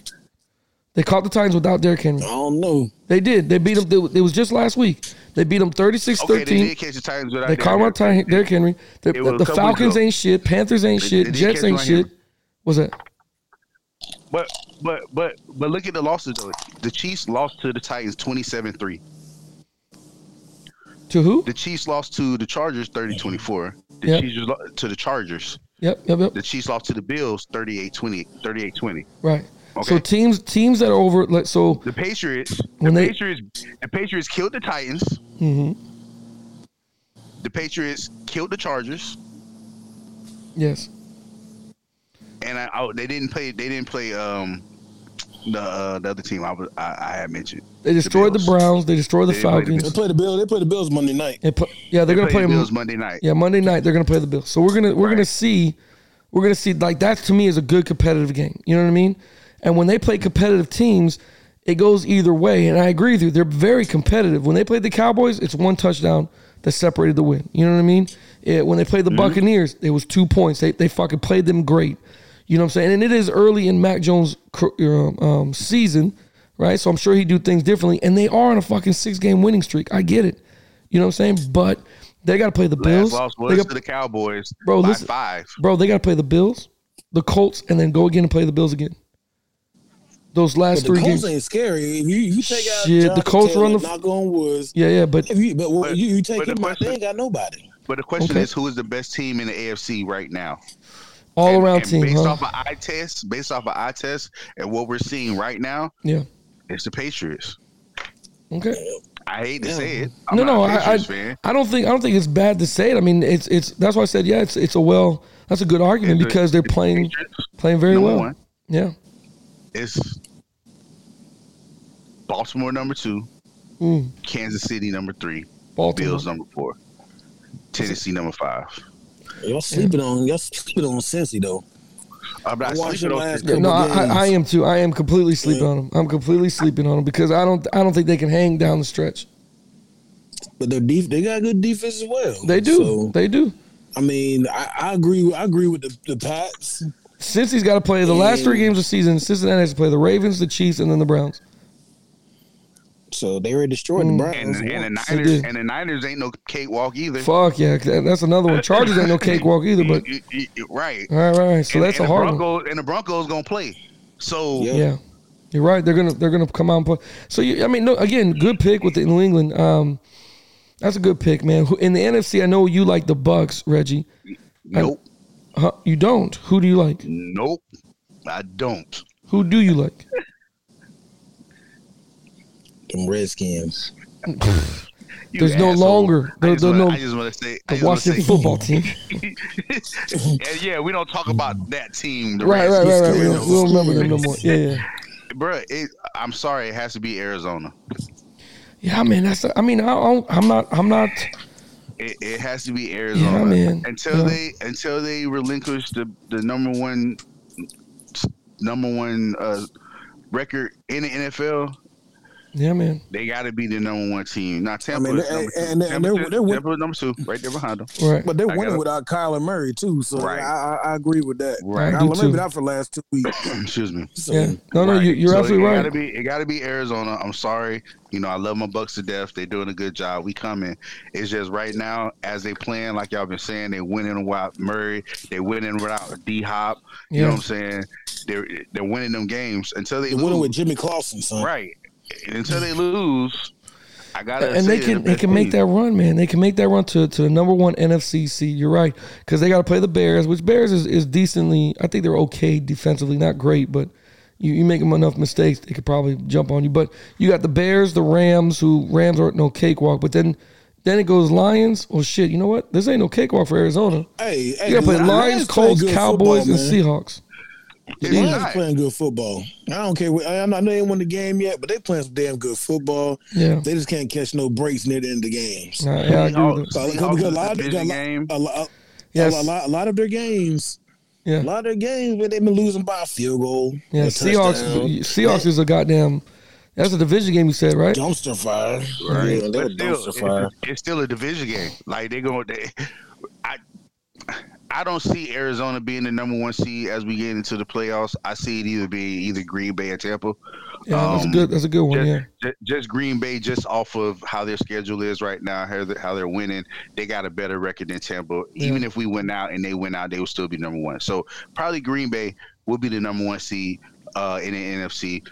Speaker 3: They caught the Titans without Derrick Henry.
Speaker 5: I don't know.
Speaker 3: They did. They beat them. They, it was just last week. They beat them 36
Speaker 4: Okay, they
Speaker 3: 13.
Speaker 4: did catch the Titans
Speaker 3: They
Speaker 4: without. Derrick
Speaker 3: caught
Speaker 4: Henry.
Speaker 3: out Ty- Derrick Henry. The,
Speaker 4: It was
Speaker 3: the,
Speaker 4: a
Speaker 3: the
Speaker 4: couple weeks
Speaker 3: Falcons
Speaker 4: ago.
Speaker 3: ain't shit. Panthers ain't
Speaker 4: They-
Speaker 3: shit.
Speaker 4: they did
Speaker 3: Jets
Speaker 4: catch
Speaker 3: ain't
Speaker 4: right here.
Speaker 3: shit. What's that?
Speaker 4: But but but but look at the losses though. The Chiefs lost to the Titans 27-3.
Speaker 3: To who?
Speaker 4: The Chiefs lost to the Chargers 30-24. The
Speaker 3: Yep.
Speaker 4: Chiefs lo- to the Chargers.
Speaker 3: Yep, yep, yep.
Speaker 4: The Chiefs lost to the Bills 38-20, 38-20.
Speaker 3: Right. So
Speaker 4: Okay.
Speaker 3: teams teams that are over. Like, so
Speaker 4: The Patriots.
Speaker 3: When
Speaker 4: the
Speaker 3: they- Mm-hmm.
Speaker 4: Patriots. The Patriots killed the Titans. The Patriots killed the Chargers,
Speaker 3: yes,
Speaker 4: and I, I they didn't play. They didn't play um the uh, the other team I was I, I had mentioned.
Speaker 3: they destroyed the,
Speaker 4: Bills.
Speaker 3: Browns. They destroyed the
Speaker 4: They played the
Speaker 5: They
Speaker 3: Falcons.
Speaker 5: play the Bills. They play the Bills Monday night.
Speaker 3: They put- yeah, they're gonna
Speaker 4: Played
Speaker 3: play
Speaker 4: the
Speaker 3: them.
Speaker 4: Bills Monday night.
Speaker 3: Yeah, Monday night they're gonna play the Bills. So we're gonna we're gonna
Speaker 4: Right.
Speaker 3: see, we're gonna see like that to me is a good competitive game. You know what I mean? And when they play competitive teams, it goes either way. And I agree with you. They're very competitive. When they played the Cowboys, it's one touchdown. that separated the win. You know what I mean? Yeah, when they played
Speaker 4: Mm-hmm.
Speaker 3: the Buccaneers, it was two points. They, they fucking played them great. You know what I'm saying? And it is early in Mac Jones' cr- um, um, season, right? So I'm sure he do things differently. And they are on a fucking six game winning streak. I get it. You know what I'm saying? But they got to play the
Speaker 4: Last
Speaker 3: Bills.
Speaker 4: loss
Speaker 3: They
Speaker 4: was
Speaker 3: got-
Speaker 4: to the Cowboys
Speaker 3: Bro,
Speaker 4: by
Speaker 3: listen-
Speaker 4: five.
Speaker 3: Bro, they got to play the Bills, the Colts, and then go again and play the Bills again. Those
Speaker 5: But
Speaker 3: last
Speaker 5: the
Speaker 3: three
Speaker 5: Colts
Speaker 3: games.
Speaker 5: ain't scary. If you, you take out
Speaker 3: Shit, the
Speaker 5: Jonathan
Speaker 3: Colts
Speaker 5: Taylor,
Speaker 3: run the-
Speaker 5: knock on woods.
Speaker 3: Yeah, yeah, but
Speaker 5: If you, but, well,
Speaker 4: But-
Speaker 5: you, you take
Speaker 4: but the
Speaker 5: him out,
Speaker 4: question-
Speaker 5: they ain't got nobody.
Speaker 4: But the question
Speaker 3: Okay.
Speaker 4: is, who is the best team in the AFC right now?
Speaker 3: all
Speaker 4: And-
Speaker 3: around
Speaker 4: and
Speaker 3: team,
Speaker 4: Based
Speaker 3: huh?
Speaker 4: off of eye test, based off of eye test, and what we're seeing right now,
Speaker 3: yeah.
Speaker 4: it's the Patriots.
Speaker 3: Okay.
Speaker 4: I hate to
Speaker 5: Yeah.
Speaker 4: say it. I'm
Speaker 3: no,
Speaker 4: not
Speaker 3: no,
Speaker 4: a
Speaker 3: I, I,
Speaker 4: Patriots fan.
Speaker 3: I don't think I don't think it's bad to say it. I mean, it's it's that's why I said yeah, it's it's a well, that's a good argument
Speaker 4: It's the-
Speaker 3: because they're
Speaker 4: it's the
Speaker 3: playing
Speaker 4: Patriots,
Speaker 3: playing very
Speaker 4: number
Speaker 3: well.
Speaker 4: one.
Speaker 3: Yeah.
Speaker 4: It's Baltimore number two,
Speaker 3: Mm.
Speaker 4: Kansas City number three,
Speaker 3: Baltimore.
Speaker 4: Bills number four, Tennessee number five.
Speaker 5: Y'all sleeping on y'all sleeping on Cincy though.
Speaker 4: I'm not
Speaker 5: I watched
Speaker 4: sleeping
Speaker 5: the
Speaker 4: on
Speaker 5: last
Speaker 4: Tennessee.
Speaker 3: Yeah, no, I,
Speaker 5: couple
Speaker 3: I
Speaker 5: games.
Speaker 3: I am too. I am completely sleeping on them. I'm completely sleeping on them because I don't I don't think they can hang down the stretch.
Speaker 5: But their def- they got good defense as well.
Speaker 3: They do.
Speaker 5: So,
Speaker 3: they do.
Speaker 5: I mean, I, I agree. with- I agree with the, the Pats.
Speaker 3: Since he's got to play the last three games of the season, Cincinnati has to play the Ravens, the Chiefs, and then the Browns.
Speaker 5: So they already destroyed the
Speaker 4: and,
Speaker 5: Browns.
Speaker 4: the- and the
Speaker 5: once.
Speaker 4: Niners
Speaker 3: did.
Speaker 4: and the Niners ain't no cakewalk either.
Speaker 3: Fuck yeah, that- that's another one. Chargers ain't no cakewalk either, but
Speaker 4: You- you- you- right.
Speaker 3: all right, all right. So
Speaker 4: and,
Speaker 3: that's
Speaker 4: and
Speaker 3: a hard
Speaker 4: the
Speaker 3: one.
Speaker 4: Broncos, And the Broncos gonna play. So
Speaker 5: Yeah.
Speaker 3: Yeah, you're right. They're gonna they're gonna come out and play. So you, I mean, no, again, good pick with the New England. Um, that's a good pick, man. Who- In the NFC, I know you like the Bucks, Reggie.
Speaker 4: nope,
Speaker 3: Huh, you don't. Who do you like?
Speaker 4: nope, I don't.
Speaker 3: Who do you like?
Speaker 5: Them Redskins.
Speaker 4: You
Speaker 3: There's no
Speaker 4: asshole.
Speaker 3: longer-
Speaker 4: I
Speaker 3: there-
Speaker 4: just
Speaker 3: there's
Speaker 4: wanna-
Speaker 3: no-
Speaker 4: I just want to say. I
Speaker 3: The
Speaker 4: just wanna
Speaker 3: Washington
Speaker 4: say-
Speaker 3: football team.
Speaker 4: and yeah, we don't talk about that team. The
Speaker 3: right,
Speaker 4: Reds.
Speaker 3: right, right, right. We
Speaker 5: Redskins.
Speaker 3: don't, we don't remember them no more. Yeah, yeah.
Speaker 4: Bruh, It, I'm sorry, it has to be Arizona.
Speaker 3: Yeah, man. That's. I mean, I don't, I'm not. I'm not.
Speaker 4: It, it has to be Arizona
Speaker 3: man.
Speaker 4: until
Speaker 3: Yeah.
Speaker 4: they until they relinquish the the number one number one uh, record in the NFL.
Speaker 3: Yeah, man.
Speaker 4: They got to be the number one team. Now Tampa,
Speaker 5: I mean,
Speaker 4: is number two.
Speaker 5: and- and- and
Speaker 4: Tampa,
Speaker 5: they're- they're win-
Speaker 4: Tampa is number two, right there behind them.
Speaker 3: Right.
Speaker 5: But they're
Speaker 4: I
Speaker 5: winning
Speaker 4: gotta-
Speaker 5: without Kyler Murray too. So
Speaker 4: Right.
Speaker 5: I, I, I agree with that.
Speaker 4: Right.
Speaker 3: I do
Speaker 5: Kyler Murray
Speaker 3: too.
Speaker 5: been out for the last two weeks.
Speaker 4: Excuse me.
Speaker 5: So,
Speaker 3: Yeah. No, no. You, you're
Speaker 4: So
Speaker 3: absolutely
Speaker 4: it
Speaker 3: right.
Speaker 4: Gotta be, it got to be Arizona. I'm sorry. You know, I love my Bucks to death. They're doing a good job. We coming. It's just right now, as they playing, like y'all been saying, they winning without Murray. They winning without D Hop. You know
Speaker 3: Yeah.
Speaker 4: what I'm saying? They're they're winning them games until they
Speaker 5: They're winning with
Speaker 4: lose.
Speaker 5: Jimmy Clausen, son.
Speaker 4: Right. Until they lose, I gotta.
Speaker 3: and they
Speaker 4: say they're
Speaker 3: can
Speaker 4: the
Speaker 3: they
Speaker 4: best
Speaker 3: can make
Speaker 4: team.
Speaker 3: that run, man. They can make that run to, to the number one NFC seed. You're right, because they got to play the Bears, which Bears is, is decently. I think they're okay defensively, not great, but you, you make them enough mistakes, they could probably jump on you. But you got the Bears, the Rams, who Rams aren't no cakewalk. But then then it goes Lions. Well, shit, you know what? This ain't no cakewalk for Arizona.
Speaker 5: Hey, hey,
Speaker 3: You got to play
Speaker 5: the
Speaker 3: Lions,
Speaker 5: playing
Speaker 3: Colts,
Speaker 5: good
Speaker 3: Cowboys,
Speaker 5: football,
Speaker 3: and
Speaker 5: man.
Speaker 3: Seahawks.
Speaker 4: It's
Speaker 5: The
Speaker 4: not.
Speaker 5: Lions playing good football. I don't care. What, I know they ain't won the game yet, but they playing some damn good football.
Speaker 3: Yeah,
Speaker 5: They just can't catch no breaks near the end of the games.
Speaker 3: Nah, yeah, I agree with that.
Speaker 5: So,
Speaker 4: Seahawks
Speaker 5: because a
Speaker 4: is
Speaker 5: lot
Speaker 4: the
Speaker 5: of- a
Speaker 4: division
Speaker 5: lot-
Speaker 4: game.
Speaker 5: a lot- a
Speaker 3: Yes,
Speaker 5: lot, a lot of their games, a
Speaker 3: yeah,
Speaker 5: lot of their games, but they've been losing by a field goal.
Speaker 3: yeah.
Speaker 5: a
Speaker 3: Seahawks,
Speaker 5: touchdown,
Speaker 3: Seahawks is a goddamn. That's a division game, you said, right?
Speaker 5: dumpster fire.
Speaker 4: Right.
Speaker 5: Yeah, they were
Speaker 4: but still,
Speaker 5: dumpster fire.
Speaker 4: it's, it's still a division game. Like they're going to I I don't see Arizona being the number one seed as we get into the playoffs. I see it either being either Green Bay or Tampa.
Speaker 3: Yeah, that's a
Speaker 4: Um,
Speaker 3: good. That's a good one.
Speaker 4: Just,
Speaker 3: Yeah,
Speaker 4: ju- just Green Bay, just off of how their schedule is right now, how they're, how they're winning, they got a better record than Tampa. Even if we went out and they went out, they would still be number one. So probably Green Bay will be the number one seed uh, in the NFC.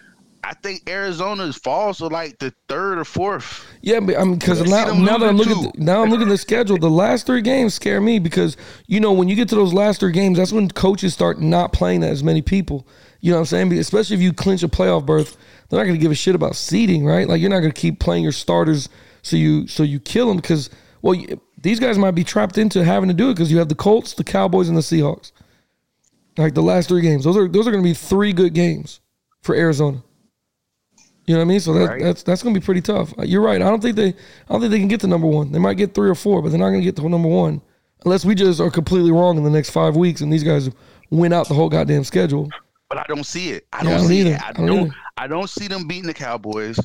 Speaker 4: I think Arizona falls to like the third or fourth.
Speaker 3: yeah. But I mean, because
Speaker 4: Let's
Speaker 3: now,
Speaker 4: see them
Speaker 3: now that I'm
Speaker 4: losing
Speaker 3: looking, at the, now I'm looking at the schedule. The last three games scare me because you know when you get to those last three games, that's when coaches start not playing as many people. You know what I'm saying? Be- Especially if you clinch a playoff berth, they're not going to give a shit about seeding, right? Like you're not going to keep playing your starters so you so you kill them because well, you, these guys might be trapped into having to do it because you have the Colts, the Cowboys, and the Seahawks. Like the last three games, those are those are going to be three good games for Arizona. You know what I mean? So that,
Speaker 4: Right.
Speaker 3: that's that's going to be pretty tough. Uh, You're right. I don't think they I don't think they can get to number one. They might get three or four, but they're not going to get to number one unless we just are completely wrong in the next five weeks and these guys win out the whole goddamn schedule.
Speaker 4: but I don't see it. I
Speaker 3: Yeah,
Speaker 4: don't
Speaker 3: I don't
Speaker 4: see
Speaker 3: either.
Speaker 4: it. I
Speaker 3: I don't
Speaker 4: don't.
Speaker 3: either.
Speaker 4: I don't see them beating the Cowboys.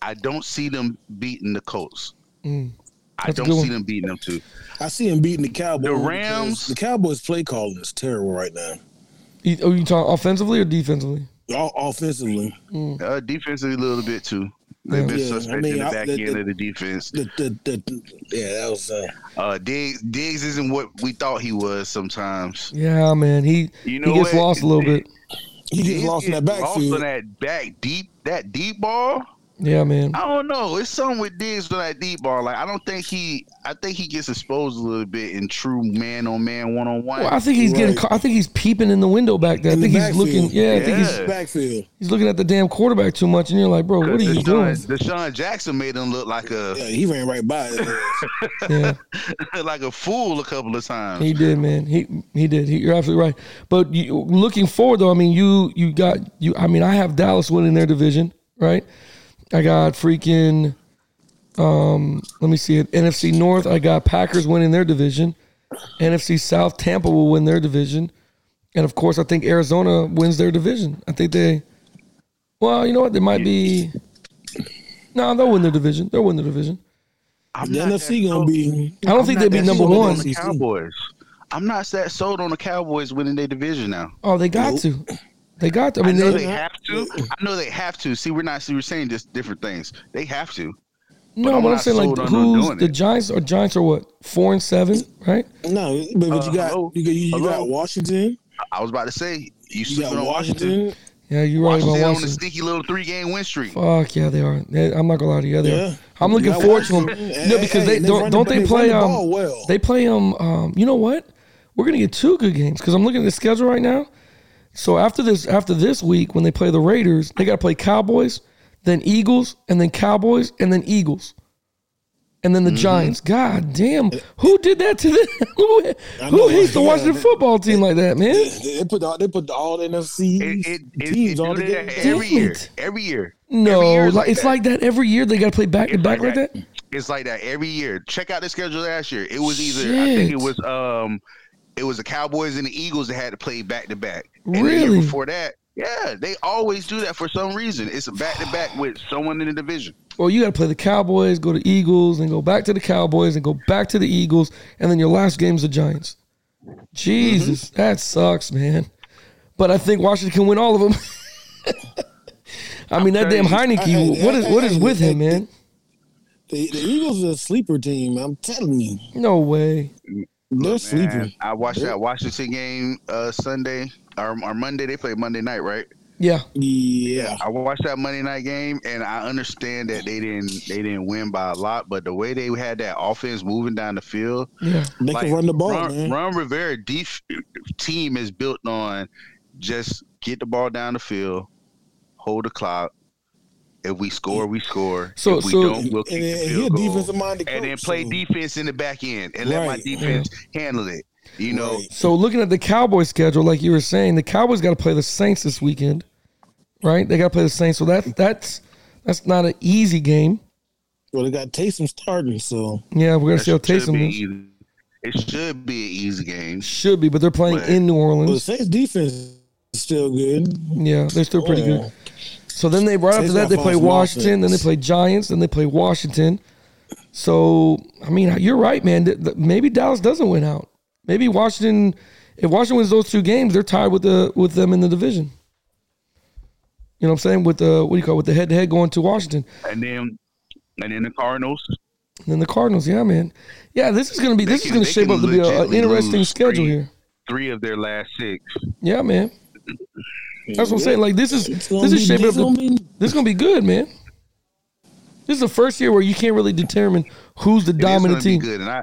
Speaker 4: I don't see them beating the Colts. I
Speaker 3: Mm. That's a
Speaker 4: don't
Speaker 3: good one.
Speaker 4: see them beating them too.
Speaker 5: I see him beating the Cowboys.
Speaker 4: The
Speaker 5: because
Speaker 4: Rams?
Speaker 5: The Cowboys' play calling is terrible right now.
Speaker 3: You- Are you talking offensively or defensively?
Speaker 5: O- offensively,
Speaker 3: Mm.
Speaker 4: Uh, defensively, a little bit too. They've been
Speaker 5: Yeah, I
Speaker 4: suspect
Speaker 5: mean,
Speaker 4: in the
Speaker 5: I-
Speaker 4: back
Speaker 5: the-
Speaker 4: end
Speaker 5: the-
Speaker 4: of the defense.
Speaker 5: the, the, the, yeah, that was. Uh,
Speaker 4: Uh, Diggs, Diggs isn't what we thought he was sometimes.
Speaker 3: Yeah, man. He
Speaker 4: You know
Speaker 3: he gets
Speaker 4: what?
Speaker 3: lost a little bit.
Speaker 5: he gets
Speaker 4: Diggs
Speaker 5: lost in that
Speaker 4: gets Lost in
Speaker 5: backfield.
Speaker 4: that back deep, that deep ball.
Speaker 3: Yeah, man.
Speaker 4: I don't know. It's something with Diggs with that deep ball. Like I don't think he. I think he gets exposed a little bit in true man on man, one on
Speaker 3: Well, I
Speaker 4: one.
Speaker 3: think he's getting.
Speaker 5: Right.
Speaker 3: Caught. I think he's peeping in the window back there. I
Speaker 5: In the
Speaker 3: think he's
Speaker 5: backfield.
Speaker 3: looking. Yeah, I think he's
Speaker 4: Yeah.
Speaker 5: Backfield.
Speaker 3: he's looking at the damn quarterback too much, and you're like, bro, what are you doing?
Speaker 4: Deshaun, Deshaun Jackson made him look like a
Speaker 5: Yeah, he ran right by. it.
Speaker 3: Yeah,
Speaker 4: like a fool a couple of times.
Speaker 3: he did, man. He he did. He, you're absolutely right. But you, looking forward, though, I mean, you you got you. I mean, I have Dallas winning their division, right? I got freaking. Um, let me see it. NFC North. I got Packers winning their division. NFC South. Tampa will win their division, and of course, I think Arizona wins their division. I think they. Well, you know what? They might be. No, they'll win their division. They'll win the division.
Speaker 4: I'm
Speaker 5: The
Speaker 4: not
Speaker 5: NFC
Speaker 4: that
Speaker 5: gonna
Speaker 4: sold-
Speaker 5: be.
Speaker 3: I don't
Speaker 4: I'm
Speaker 3: think
Speaker 4: not
Speaker 3: they'd be
Speaker 4: that
Speaker 3: number
Speaker 4: sold on
Speaker 3: one.
Speaker 4: the Cowboys. I'm not that sold on the Cowboys winning their division now.
Speaker 3: Oh, they got to. They got to. I
Speaker 4: I
Speaker 3: mean,
Speaker 4: know
Speaker 3: they,
Speaker 4: they have to. I know they have to. See, we're not. See, we're saying just different things. They have to.
Speaker 3: no,
Speaker 4: I'm
Speaker 3: but I'm
Speaker 4: not
Speaker 3: saying
Speaker 4: sold
Speaker 3: like
Speaker 4: on them
Speaker 3: who's
Speaker 4: doing
Speaker 3: the
Speaker 4: it.
Speaker 3: Giants or Giants are what four and seven, right?
Speaker 5: No, but, but you got
Speaker 4: Uh, hello?
Speaker 5: you, got- you, you
Speaker 4: Hello?
Speaker 5: got Washington.
Speaker 4: I was about to say you
Speaker 5: You got
Speaker 4: sleeping on Washington.
Speaker 5: Washington.
Speaker 3: Yeah, you're right about
Speaker 4: Washington on a
Speaker 3: Washington.
Speaker 4: sneaky little three game win streak.
Speaker 3: Fuck yeah, they are. They- I'm not gonna lie to you. Yeah, they
Speaker 5: Yeah.
Speaker 3: are. I'm looking
Speaker 5: Yeah,
Speaker 3: forward to them.
Speaker 5: Washington.
Speaker 3: You know,
Speaker 5: Hey,
Speaker 3: because
Speaker 5: hey,
Speaker 3: they
Speaker 5: they
Speaker 3: don't
Speaker 5: run
Speaker 3: don't
Speaker 5: the-
Speaker 3: they
Speaker 5: they
Speaker 3: play
Speaker 5: run the
Speaker 3: um
Speaker 5: ball well.
Speaker 3: they play um um you know what we're gonna get two good games because I'm looking at the schedule right now. So after this after this week when they play the Raiders they got to play Cowboys then Eagles and then Cowboys and then Eagles and then the
Speaker 5: Mm-hmm.
Speaker 3: Giants. God damn, who did that to them? who
Speaker 5: I
Speaker 3: who
Speaker 5: know,
Speaker 3: hates the
Speaker 5: yeah,
Speaker 3: Washington
Speaker 5: man.
Speaker 3: football team like that, man?
Speaker 5: They put all, they put the, all NFC
Speaker 4: It, it, it,
Speaker 5: teams
Speaker 4: it do
Speaker 5: on the
Speaker 4: that
Speaker 5: game.
Speaker 4: every year.
Speaker 3: it.
Speaker 4: Every year. Every year
Speaker 3: No,
Speaker 4: is
Speaker 3: like, it's
Speaker 4: that.
Speaker 3: like that every year. They got to play back to
Speaker 4: It's
Speaker 3: back like that.
Speaker 4: It's like that every year. Check out the schedule last year. It was either I think
Speaker 3: Shit.
Speaker 4: it was um it was the Cowboys and the Eagles that had to play back to back. And the
Speaker 3: Really?
Speaker 4: year before that, yeah, they always do that for some reason. It's a back to back with someone in the division.
Speaker 3: Well, you got to play the Cowboys, go to Eagles, and go back to the Cowboys, and go back to the Eagles, and then your last game's the Giants. Jesus,
Speaker 4: Mm-hmm.
Speaker 3: that sucks, man. But I think Washington can win all of them. I mean, that damn
Speaker 4: telling
Speaker 3: Heineke.
Speaker 5: Hey, hey,
Speaker 3: what is what
Speaker 5: hey,
Speaker 3: is with
Speaker 5: hey,
Speaker 3: him, man?
Speaker 5: The, the Eagles are a sleeper team. I'm telling you,
Speaker 3: No way.
Speaker 5: they're
Speaker 4: Man,
Speaker 5: sleeping.
Speaker 4: I watched that Washington game uh Sunday or, or Monday. They play Monday night, right?
Speaker 3: Yeah,
Speaker 5: Yeah,
Speaker 4: I watched that Monday night game, and I understand that they didn't they didn't win by a lot, but the way they had that offense moving down the field,
Speaker 3: yeah.
Speaker 5: they
Speaker 4: like,
Speaker 5: can run the ball,
Speaker 4: Ron,
Speaker 5: man.
Speaker 4: Ron Rivera def- team is built on just get the ball down the field, hold the clock. If we score, we score.
Speaker 3: So-
Speaker 4: if we
Speaker 3: so-
Speaker 4: don't, we'll
Speaker 5: and
Speaker 4: kick the
Speaker 5: and he a
Speaker 4: field goal.
Speaker 5: defensive minded
Speaker 4: and then play defense in the back end and let my
Speaker 5: Right.
Speaker 4: defense handle it. You know,
Speaker 5: Right.
Speaker 3: So looking at the Cowboys schedule, like you were saying, the Cowboys got to play the Saints this weekend, right? They got to play the Saints. So that that's that's not an easy game.
Speaker 5: Well, they got Taysom starting, so
Speaker 3: Yeah, we're gonna see how
Speaker 4: that should be
Speaker 3: Taysom is.
Speaker 4: easy. It should be an easy game.
Speaker 3: Should be, but they're playing
Speaker 4: Right.
Speaker 3: in New
Speaker 5: well, the
Speaker 3: Orleans.
Speaker 5: Saints defense is still good.
Speaker 3: Yeah, they're still pretty
Speaker 5: Yeah.
Speaker 3: good. So then they right after
Speaker 5: Saints
Speaker 3: that
Speaker 5: got
Speaker 3: they play
Speaker 5: false
Speaker 3: Washington, then they
Speaker 5: offense.
Speaker 3: play Giants, then they play Washington. So I mean, you're right, man. Th- th- Maybe Dallas doesn't win out. Maybe Washington, if Washington wins those two games, they're tied with the with them in the division. You know what I'm saying? With the what do you call it? with the head to head going to Washington,
Speaker 4: And then and then the Cardinals.
Speaker 3: and then the Cardinals. Yeah, man. Yeah, this is gonna be this
Speaker 4: They
Speaker 3: is
Speaker 4: can-
Speaker 3: gonna
Speaker 4: they
Speaker 3: shape
Speaker 4: can
Speaker 3: up to be a, an
Speaker 4: legitimately
Speaker 3: interesting
Speaker 4: lose
Speaker 3: schedule
Speaker 4: three.
Speaker 3: here.
Speaker 4: Three of their last six.
Speaker 3: Yeah, man. That's what I'm saying. Like this is
Speaker 5: It's gonna
Speaker 3: this is
Speaker 5: be-
Speaker 3: shaping up.
Speaker 5: it's
Speaker 3: To,
Speaker 5: gonna be-
Speaker 3: this is gonna be good, man. This is the first year where you can't really determine who's the
Speaker 4: It is gonna
Speaker 3: dominant
Speaker 4: be
Speaker 3: team.
Speaker 4: good. And I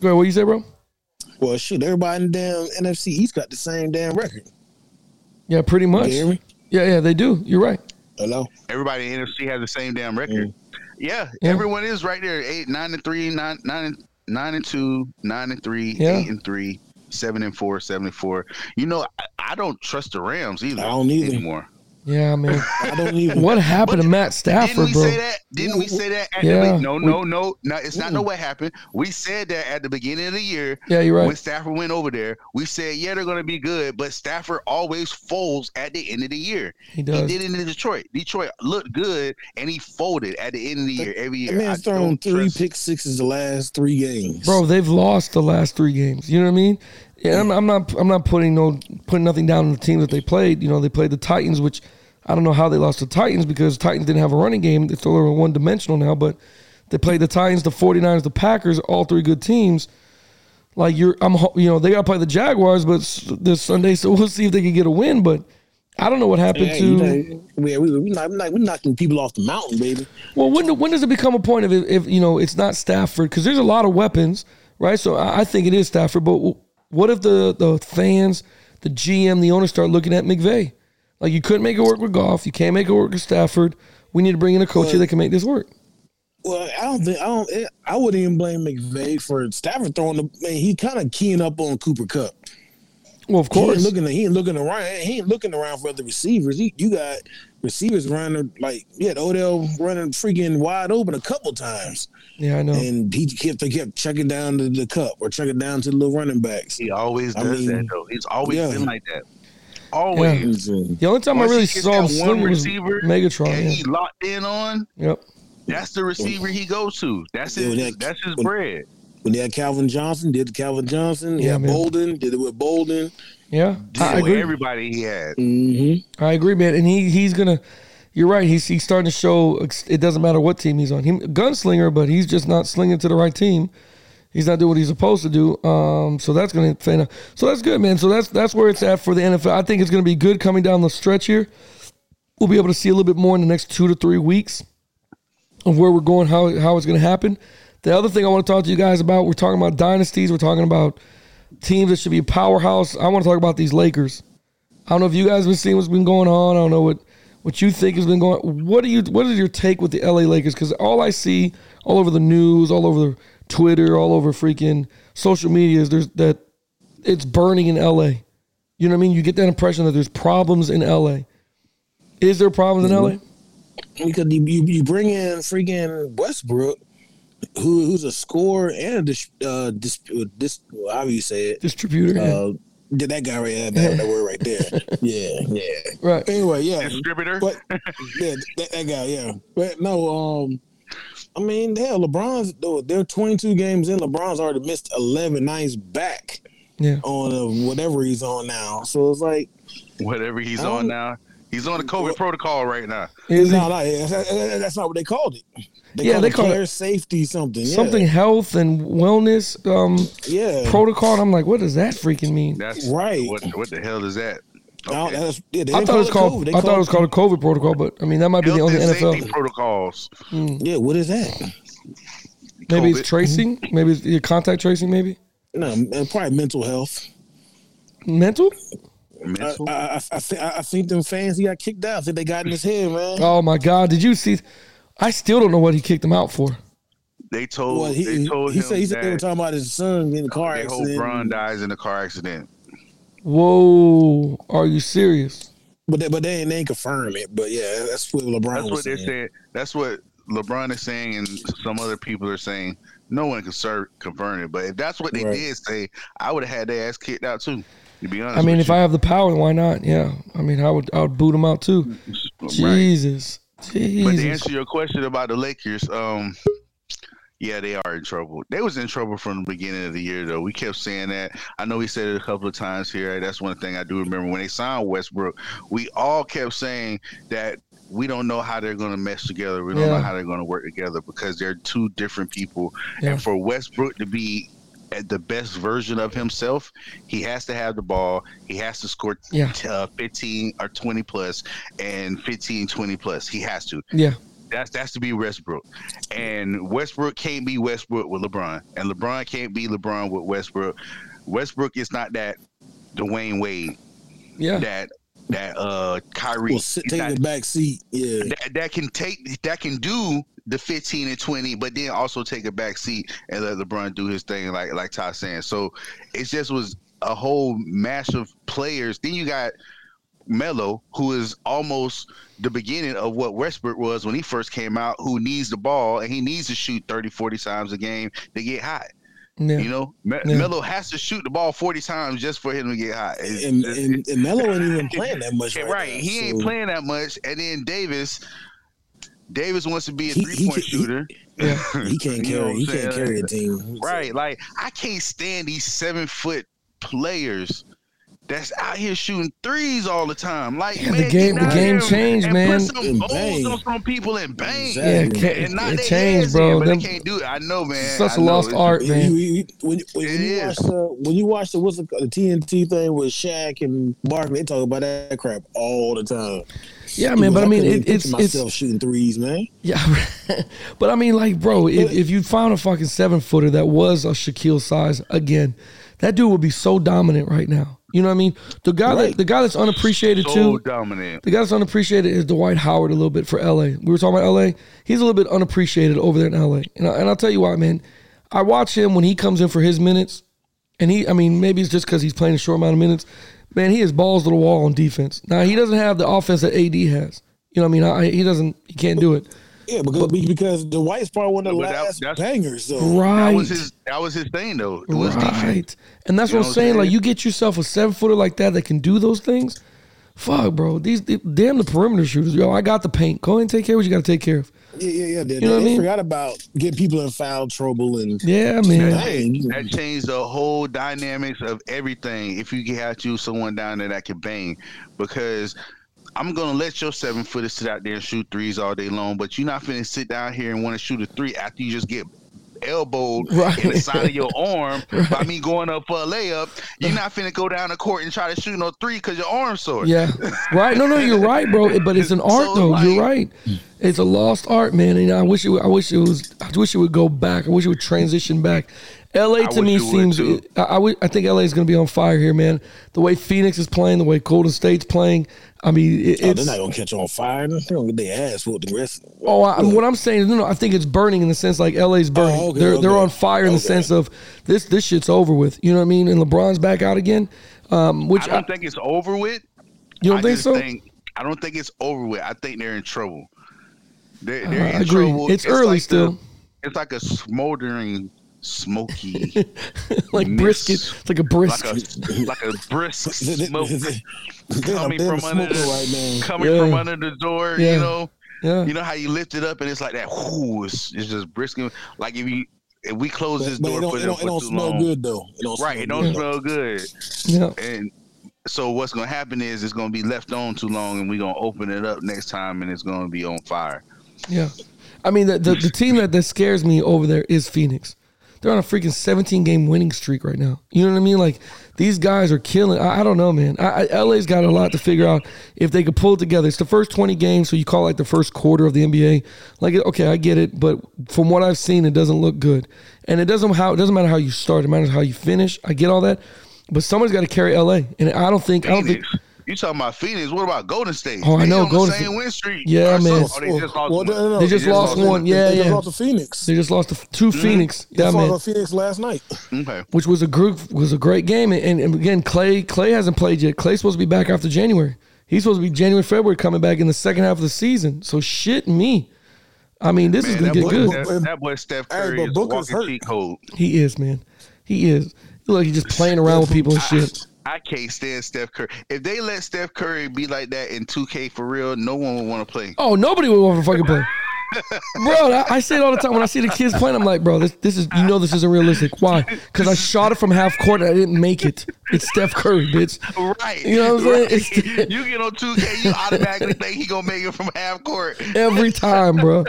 Speaker 3: Go ahead, what you say, bro?
Speaker 5: Well, shit, everybody in the damn NFC East got the same damn record.
Speaker 3: Yeah, pretty much.
Speaker 5: You hear
Speaker 3: Yeah,
Speaker 5: me?
Speaker 3: yeah, they do. You're right.
Speaker 5: Hello.
Speaker 4: everybody in NFC has the same damn record. Yeah,
Speaker 3: Yeah.
Speaker 4: everyone is right there. Eight, nine and three, nine, nine, and- nine and two, nine and three,
Speaker 3: Yeah.
Speaker 4: eight and three, seven and four, seven and four. You know, I, I don't trust the Rams either.
Speaker 5: I don't either.
Speaker 4: anymore.
Speaker 3: Yeah, I mean,
Speaker 5: I don't even.
Speaker 3: what happened to Matt
Speaker 4: Didn't
Speaker 3: Stafford,
Speaker 4: we
Speaker 3: bro?
Speaker 4: say that? Didn't we say that? At
Speaker 3: Yeah.
Speaker 4: the, be- no, no, no, no. It's not no what happened. We said that at the beginning of the year.
Speaker 3: Yeah, you're
Speaker 4: When
Speaker 3: right.
Speaker 4: Stafford went over there, we said, yeah, they're going to be good, but Stafford always folds at the end of the year.
Speaker 3: He does.
Speaker 4: He did it in Detroit. Detroit looked good, and he folded at the end of the year every
Speaker 5: That
Speaker 4: year. I
Speaker 5: man's thrown
Speaker 4: don't
Speaker 5: three
Speaker 4: trust-
Speaker 5: pick sixes the last three games.
Speaker 3: Bro, they've lost the last three games. You know what I mean? Yeah, I'm, I'm not. I'm not putting no putting nothing down on the teams that they played. You know, they played the Titans, which I don't know how they lost the Titans because Titans didn't have a running game. They still are one dimensional now, but they played the Titans, the 49ers, the Packers, all three good teams. Like you're, I'm, ho- you know, they got to play the Jaguars, but s- this Sunday, so we'll see if they can get a win. But I don't know what happened
Speaker 5: Hey,
Speaker 3: to.
Speaker 5: you know, we, we, we, knock, we knocking people off the mountain, baby.
Speaker 3: Well, when do, when does it become a point of if, if you know it's not Stafford because there's a lot of weapons, right? So I, I think it is Stafford, but w- what if the the fans, the GM, the owners start looking at McVay? Like you couldn't make it work with Goff, you can't make it work with Stafford. We need to bring in a coach here that can make this work.
Speaker 5: Well, I don't think I don't. eh, I wouldn't even blame McVay for Stafford throwing the. Man, he kind of keying up on Cooper Cup.
Speaker 3: Well, of
Speaker 5: He ain't
Speaker 3: course,
Speaker 5: looking. He ain't looking around. He ain't looking around for other receivers. He, you got receivers running like yeah, Odell running freaking wide open a couple times,
Speaker 3: yeah, I know.
Speaker 5: and he kept they kept checking down to the cup or checking down to the little running backs.
Speaker 4: He always
Speaker 5: I
Speaker 4: does that,
Speaker 5: mean,
Speaker 4: though. He's always
Speaker 5: yeah.
Speaker 4: been like that. Always.
Speaker 5: It was, uh,
Speaker 3: The only time I
Speaker 4: Once
Speaker 3: really
Speaker 4: he gets
Speaker 3: saw
Speaker 4: that
Speaker 3: him
Speaker 4: one
Speaker 3: swing was
Speaker 4: receiver and
Speaker 3: Megatron.
Speaker 4: he locked in on.
Speaker 3: Yeah. Yep.
Speaker 4: That's the receiver he goes to. That's
Speaker 5: Yeah,
Speaker 4: his.
Speaker 5: that-
Speaker 4: that's his bread.
Speaker 5: When they had Calvin Johnson, did Calvin Johnson?
Speaker 3: Yeah,
Speaker 5: Yeah,
Speaker 3: man.
Speaker 5: Bolden did it with Bolden.
Speaker 3: Yeah, I
Speaker 4: With
Speaker 3: agree.
Speaker 4: Everybody he had.
Speaker 5: Mm-hmm.
Speaker 3: I agree, man. And he he's gonna. You're right. He's he's starting to show. It doesn't matter what team he's on. He gunslinger, but he's just not slinging to the right team. He's not doing what he's supposed to do. Um, so that's gonna fan out. So that's good, man. So that's that's where it's at for the NFL. I think it's gonna be good coming down the stretch here. We'll be able to see a little bit more in the next two to three weeks of where we're going, how how it's gonna happen. The other thing I want to talk to you guys about, we're talking about dynasties. We're talking about teams that should be a powerhouse. I want to talk about these Lakers. I don't know if you guys have been seeing what's been going on. I don't know what what you think has been going. What do you? What is your take with the LA Lakers? Because all I see all over the news, all over Twitter, all over freaking social media is there's that it's burning in LA. You know what I mean? You get that impression that there's problems in LA. Is there problems in LA?
Speaker 5: Mm-hmm. Because you, you you bring in freaking Westbrook, who who's a scorer and a dis, uh, dis, uh, dis, how do you say it?
Speaker 3: Distributor, yeah.
Speaker 5: Uh, did that guy right there? That, that word right there. Yeah, yeah.
Speaker 3: right?
Speaker 5: Anyway, yeah.
Speaker 4: Distributor.
Speaker 5: Mm-hmm. But yeah, that, that guy, yeah. But no, um, I mean, hell, LeBron's though they're 22 games in. LeBron's already missed 11 nights back
Speaker 3: Yeah,
Speaker 5: on uh, whatever he's on now. So it's like,
Speaker 4: Whatever he's
Speaker 5: I don't-
Speaker 4: on now. He's on the COVID protocol right now.
Speaker 3: Is it
Speaker 5: no, no, yeah, that's, that- that's not what they called it. They
Speaker 3: Yeah,
Speaker 5: called
Speaker 3: they
Speaker 5: it
Speaker 3: call it
Speaker 5: player safety something. Yeah.
Speaker 3: something health and wellness um,
Speaker 5: Yeah.
Speaker 3: protocol? And I'm like, what does that freaking mean?
Speaker 4: That's
Speaker 5: Right.
Speaker 4: What, what the hell is that?
Speaker 5: No, that's, yeah, they
Speaker 3: I thought
Speaker 5: didn't call
Speaker 3: it was
Speaker 5: COVID.
Speaker 3: called.
Speaker 5: They
Speaker 3: I thought it was called a COVID protocol, but I mean that might be the
Speaker 4: Health
Speaker 3: only
Speaker 4: and
Speaker 3: NFL.
Speaker 4: safety protocols.
Speaker 5: Yeah, what is that?
Speaker 3: Maybe
Speaker 4: COVID. Mm-hmm.
Speaker 3: it's tracing. Maybe it's yeah, contact tracing. Maybe
Speaker 5: No, man, uh, probably mental health.
Speaker 3: mental.
Speaker 5: I,
Speaker 4: Mental.
Speaker 5: I, I, I, thi- I think them fans he got kicked out. I think they got in his head, man.
Speaker 3: Oh my God! Did you see? I still don't know what he kicked him out for.
Speaker 4: they told.
Speaker 5: Well, he,
Speaker 4: they told
Speaker 5: he
Speaker 4: him
Speaker 5: said he said they were
Speaker 4: that
Speaker 5: talking about his son getting in a car
Speaker 4: they hope
Speaker 5: accident.
Speaker 4: Bron dies in a car accident.
Speaker 3: Whoa! Are you serious?
Speaker 5: But they, but they ain't, they ain't confirm it. But yeah, that's what LeBron
Speaker 4: That's
Speaker 5: was
Speaker 4: what they
Speaker 5: saying.
Speaker 4: said. That's what LeBron is saying, and some other people are saying. No one can ser- confirm it, but if that's what they
Speaker 5: Right.
Speaker 4: did say, I would have had their ass kicked out too. To be honest,
Speaker 3: I mean,
Speaker 4: with
Speaker 3: if
Speaker 4: you.
Speaker 3: I have the power, why not? Yeah. I mean, I would. I would boot him out too. Jesus.
Speaker 4: But to
Speaker 3: Jesus.
Speaker 4: answer your question about the Lakers, um, yeah, they are in trouble. They was in trouble from the beginning of the year, though. We kept saying that. I know we said it a couple of times here. That's one thing I do remember when they signed Westbrook. We all kept saying that we don't know how they're going to mesh together. We don't
Speaker 3: Yeah.
Speaker 4: know how they're going to work together because they're two different people.
Speaker 3: Yeah.
Speaker 4: And for Westbrook to be at the best version of himself, he has to have the ball. He has to score
Speaker 3: Yeah.
Speaker 4: uh, 15 or 20 plus and 15, 20 plus. He has to.
Speaker 3: Yeah.
Speaker 4: That's that's to be Westbrook, and Westbrook can't be Westbrook with LeBron, and LeBron can't be LeBron with Westbrook. Westbrook is not that Dwayne Wade,
Speaker 3: Yeah.
Speaker 4: that that uh Kyrie.
Speaker 5: Well, sit,
Speaker 4: He's
Speaker 5: take
Speaker 4: not-
Speaker 5: the back seat. Yeah,
Speaker 4: that, that can take that can do the 15 and 20 but then also take a back seat and let lebron do his thing like like ty saying so it just was a whole mash of players then you got Melo, who is almost the beginning of what Westbrook was when he first came out, who needs the ball and he needs to shoot 30, 40 times a game to get hot.
Speaker 3: Yeah.
Speaker 4: You know, Me-
Speaker 3: Yeah.
Speaker 4: Melo has to shoot the ball 40 times just for him to get hot. It's-
Speaker 5: And,
Speaker 4: it's-
Speaker 5: and, and Melo ain't even playing that much.
Speaker 4: Yeah,
Speaker 5: Right,
Speaker 4: Right,
Speaker 5: now,
Speaker 4: he ain't
Speaker 5: so-
Speaker 4: playing that much. And then Davis, Davis wants to be a
Speaker 5: He- he
Speaker 4: three point
Speaker 5: can- he-
Speaker 4: shooter.
Speaker 5: He can't
Speaker 4: You know
Speaker 5: carry.
Speaker 4: what
Speaker 5: He
Speaker 4: I'm
Speaker 5: can't
Speaker 4: saying?
Speaker 5: carry a team.
Speaker 4: Right, like I can't stand these seven foot players that's out here shooting threes all the time. Like
Speaker 3: Yeah, the
Speaker 4: man,
Speaker 3: game-
Speaker 4: get
Speaker 3: the
Speaker 4: out
Speaker 3: game
Speaker 4: here
Speaker 3: changed,
Speaker 4: and
Speaker 3: man.
Speaker 4: Put some
Speaker 5: And
Speaker 4: goals
Speaker 5: bang.
Speaker 4: on some people and bang.
Speaker 5: Exactly.
Speaker 3: Yeah, it, ca-
Speaker 4: And not
Speaker 3: it
Speaker 4: they
Speaker 3: changed,
Speaker 4: heads
Speaker 3: bro.
Speaker 4: in, but
Speaker 3: Them-
Speaker 4: they can't do it. I know, man.
Speaker 3: it's such
Speaker 4: I
Speaker 3: a
Speaker 4: know.
Speaker 3: lost
Speaker 4: It's-
Speaker 3: art,
Speaker 5: You- you-
Speaker 3: man.
Speaker 5: you- when, you- when,
Speaker 4: It
Speaker 5: you
Speaker 4: is.
Speaker 5: watch the when you watch the what's the, the TNT thing with Shaq and Barkley, they talk about that crap all the time.
Speaker 3: Yeah, man. But I mean,
Speaker 5: couldn't even
Speaker 3: it,
Speaker 5: picture
Speaker 3: it's it's
Speaker 5: myself shooting threes, man.
Speaker 3: Yeah, but I mean, like, bro, if, if you found a fucking seven footer that was a Shaquille size again, that dude would be so dominant right now. You know what I mean? The guy that
Speaker 5: Right.
Speaker 3: the guy that's unappreciated
Speaker 4: So
Speaker 3: too.
Speaker 4: dominant.
Speaker 3: The guy that's unappreciated is Dwight Howard a little bit for LA. We were talking about LA. He's a little bit unappreciated over there in LA. And, I, and I'll tell you why, man. I watch him when he comes in for his minutes. And he, I mean, maybe it's just because he's playing a short amount of minutes. Man, he is balls to the wall on defense. Now, he doesn't have the offense that AD has. You know what I mean? I, he doesn't, he can't do it.
Speaker 5: Yeah, because because the White's probably one of the
Speaker 4: But that-
Speaker 5: last
Speaker 4: that's-
Speaker 5: bangers. So
Speaker 3: Right.
Speaker 4: That was his. That was his thing, though. It was defense.
Speaker 3: Right. And that's
Speaker 4: You
Speaker 3: what I'm
Speaker 4: know what I'm
Speaker 3: saying. Like
Speaker 4: saying?
Speaker 3: you get yourself a seven footer like that that can do those things. Fuck, bro. These the- damn the perimeter shooters. Yo, I got the paint. Go ahead and take care of what you got to take care of.
Speaker 5: yeah, yeah, yeah. They,
Speaker 3: know what I
Speaker 5: they
Speaker 3: mean?
Speaker 5: forgot about getting people in foul trouble and
Speaker 3: Yeah, man.
Speaker 5: Dang.
Speaker 4: That changed the whole dynamics of everything. If you can have you someone down there that can bang, because I'm gonna let your seven footers sit out there and shoot threes all day long, but you're not finna sit down here and want to shoot a three after you just get elbowed
Speaker 3: Right.
Speaker 4: in the side of your arm by me going up for a layup. You're not finna go down the court and try to shoot no three because your arm's sore.
Speaker 3: Yeah. Right. No, no, you're right, bro. But it's an art
Speaker 4: So,
Speaker 3: though. You're
Speaker 4: like-
Speaker 3: right. It's a lost art, man. And I wish it would- I wish it was I wish it would go back. I wish it would transition back. LA to
Speaker 4: wish
Speaker 3: me
Speaker 4: it would,
Speaker 3: seems
Speaker 4: too.
Speaker 3: I, I, would- I think LA is going to be on fire here, man. The way Phoenix is playing, the way Golden State's playing, I mean, it,
Speaker 5: Oh,
Speaker 3: it's
Speaker 5: they're not gonna catch on fire. They're gonna get their ass whooped the rest.
Speaker 3: Oh, I, what I'm saying is, no, no, I think it's burning in the sense like LA's burning.
Speaker 5: Oh, okay,
Speaker 3: they're they're
Speaker 5: okay.
Speaker 3: on fire in the
Speaker 5: Okay.
Speaker 3: sense of this this shit's over with. You know what I mean? And LeBron's back out again. Um, which I
Speaker 4: I don't think it's over with.
Speaker 3: you don't
Speaker 4: I
Speaker 3: think
Speaker 4: just
Speaker 3: so?
Speaker 4: Think, I don't think it's over with. I think they're in trouble. They're, they're
Speaker 3: Uh, I
Speaker 4: in
Speaker 3: agree.
Speaker 4: trouble.
Speaker 3: It's early
Speaker 4: like
Speaker 3: still.
Speaker 4: the- it's like a smoldering, smoky,
Speaker 3: like
Speaker 4: miss.
Speaker 3: brisket, it's like a
Speaker 4: like a
Speaker 3: brisket.
Speaker 4: like a brisk
Speaker 5: They- they-
Speaker 4: smoke
Speaker 5: they-
Speaker 4: coming
Speaker 5: they-
Speaker 4: from
Speaker 5: they're
Speaker 4: under
Speaker 5: smoking
Speaker 4: the,
Speaker 5: right now.
Speaker 4: coming
Speaker 3: Yeah.
Speaker 4: from under the door.
Speaker 3: Yeah.
Speaker 4: You know,
Speaker 3: yeah,
Speaker 4: you know how you lift it up and it's like that. Whoo, it's, it's just brisket. Like if you if we close this
Speaker 5: But, but
Speaker 4: door
Speaker 5: it
Speaker 4: for
Speaker 5: don't,
Speaker 4: them
Speaker 5: it don't, it
Speaker 4: for
Speaker 5: don't
Speaker 4: too
Speaker 5: smell
Speaker 4: long,
Speaker 5: good though. It don't
Speaker 4: right? It
Speaker 5: Smell
Speaker 4: don't
Speaker 5: good.
Speaker 4: smell good.
Speaker 3: yeah.
Speaker 4: And so what's gonna happen is it's gonna be left on too long, and we're gonna open it up next time, and it's gonna be on fire.
Speaker 3: Yeah. I mean, the, the, the team that, that scares me over there is Phoenix. They're on a freaking 17 game winning streak right now. You know what I mean? Like, these guys are killing. I, I don't know, man. I, I, LA's got a lot to figure out if they could pull it together. It's the first 20 games, so you call it like the first quarter of the NBA. Like, okay, I get it, but from what I've seen, it doesn't look good. And it doesn't, how, it doesn't matter how you start, it matters how you finish. I get all that. But someone's got to carry LA. And I don't think, I don't think,
Speaker 4: Phoenix. You talking about Phoenix? What about Golden State?
Speaker 3: Oh, I know,
Speaker 4: on the
Speaker 3: Golden
Speaker 4: same
Speaker 3: State.
Speaker 4: win streak.
Speaker 3: Yeah,
Speaker 4: Or so-
Speaker 3: man.
Speaker 4: or Oh, they just lost
Speaker 5: Well,
Speaker 4: one.
Speaker 5: no, no, no.
Speaker 3: They just lost one.
Speaker 5: They-
Speaker 3: Yeah,
Speaker 5: they just
Speaker 3: yeah.
Speaker 5: lost to Phoenix.
Speaker 3: they just lost to, to Phoenix. Yeah,
Speaker 5: They
Speaker 3: man.
Speaker 5: lost to Phoenix last night.
Speaker 4: Okay.
Speaker 3: which was a group was a great game. And, and again, Clay Clay hasn't played yet. Clay's supposed to be back after January. He's supposed to be January February coming back in the second half of the season. So shit me. I mean, this is gonna
Speaker 4: Man, that,
Speaker 3: get
Speaker 4: boy,
Speaker 3: good.
Speaker 4: That, that boy Steph
Speaker 5: Hey,
Speaker 4: Curry
Speaker 5: but
Speaker 4: is a
Speaker 5: Booker's
Speaker 4: walking
Speaker 5: hurt.
Speaker 4: cheat code.
Speaker 3: He is, man. He is. Look, he's just playing around with people and shit.
Speaker 4: I can't stand Steph Curry. If they let Steph Curry be like that in 2K for real, no one would want to play.
Speaker 3: Oh, nobody would want to fucking play. Bro, I, I say it all the time. When I see the kids playing, I'm like, bro, this this is you know this isn't realistic. Why? Because I shot it from half court and I didn't make it. It's Steph Curry, bitch.
Speaker 4: Right.
Speaker 3: You know what I'm saying?
Speaker 4: Right. you get on 2K, you automatically think he gonna make it from half court.
Speaker 3: Every time, bro.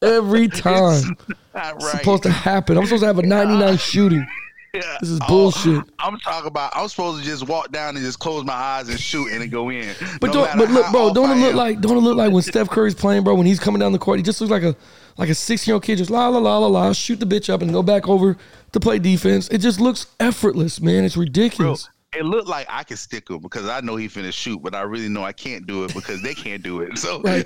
Speaker 3: Every time.
Speaker 4: It's not right.
Speaker 3: supposed to happen. I'm supposed to have a 99 shooting.
Speaker 4: Yeah.
Speaker 3: This is
Speaker 4: Oh,
Speaker 3: bullshit.
Speaker 4: I'm talking about. I'm supposed to just walk down and just close my eyes and shoot and it go in.
Speaker 3: But
Speaker 4: No
Speaker 3: don't,
Speaker 4: matter
Speaker 3: but look,
Speaker 4: how
Speaker 3: bro,
Speaker 4: off
Speaker 3: don't
Speaker 4: I
Speaker 3: it look
Speaker 4: am.
Speaker 3: like don't it look like when Steph Curry's playing, bro? When he's coming down the court, he just looks like a like a six year old kid, just la la la la la, shoot the bitch up and go back over to play defense. It just looks effortless, man. It's
Speaker 4: Bro,
Speaker 3: ridiculous.
Speaker 4: it looked like I could stick him because I know he finna shoot, but I really know I can't do it because they can't do it. So
Speaker 3: Right,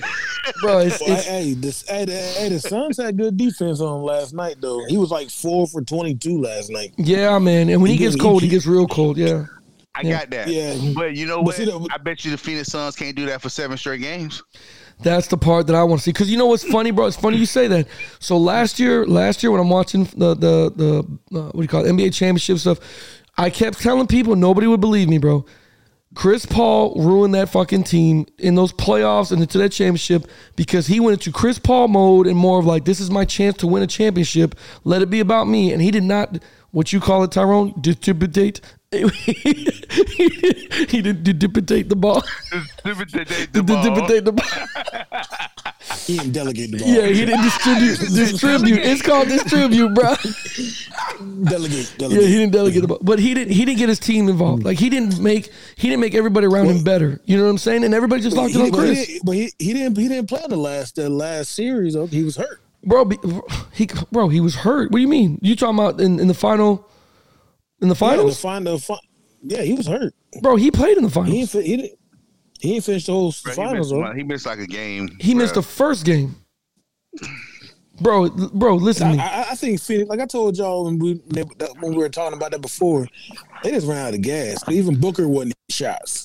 Speaker 3: bro. It's,
Speaker 5: Well,
Speaker 3: it's
Speaker 5: hey, this, hey, the, hey, the Suns had good defense on him last night though. He was like four for twenty-two last night.
Speaker 3: yeah, man. And when he gets cold, he gets real cold. Yeah,
Speaker 4: I
Speaker 3: Yeah.
Speaker 4: got that.
Speaker 5: Yeah.
Speaker 4: But you know
Speaker 5: But
Speaker 4: what?
Speaker 5: see, that-
Speaker 4: I bet you the Phoenix Suns can't do that for seven straight games.
Speaker 3: That's the part that I want to see. Cause you know what's funny, bro? It's funny you say that. So last year, last year when I'm watching the the the uh, what do you call it, NBA championship stuff, I kept telling people nobody would believe me, bro. Chris Paul ruined that fucking team in those playoffs and into that championship because he went into Chris Paul mode and more of like, this is my chance to win a championship. Let it be about me. And he did not, what you call it, Tyrone, distribute. he did distribute the ball. Distribute the ball.
Speaker 5: He didn't delegate the ball.
Speaker 3: Yeah, he didn't distribute. distribute. It's called distribute, bro.
Speaker 5: Delegate.
Speaker 3: Yeah,
Speaker 5: Delegate.
Speaker 3: he didn't delegate the ball, but he didn't. He didn't get his team involved. Like he didn't make. He didn't make everybody around him better. You know Mm. what I'm saying? And everybody just locked it on
Speaker 5: but, he,
Speaker 3: Chris,
Speaker 5: didn't- but he, he didn't he didn't play the last the last series. though. He was hurt.
Speaker 3: bro. Be, he bro, he was hurt. What do you mean? You talking about in, in the final? In the
Speaker 5: Yeah, the
Speaker 3: finals,
Speaker 5: fin- the fin- yeah, he was hurt.
Speaker 3: bro. He played in the
Speaker 5: He ain't
Speaker 3: finals.
Speaker 5: fi- he didn't he ain't finished the whole
Speaker 4: Bro, he,
Speaker 5: finals.
Speaker 4: missed
Speaker 5: though.
Speaker 4: one- he missed like a game.
Speaker 3: He missed the
Speaker 4: bro.
Speaker 3: first game. Bro, bro, listen to me.
Speaker 5: I, I- I think Phoenix, like I told y'all when we that- when we were talking about that before, they just ran out of gas. Even Booker wasn't hitting shots.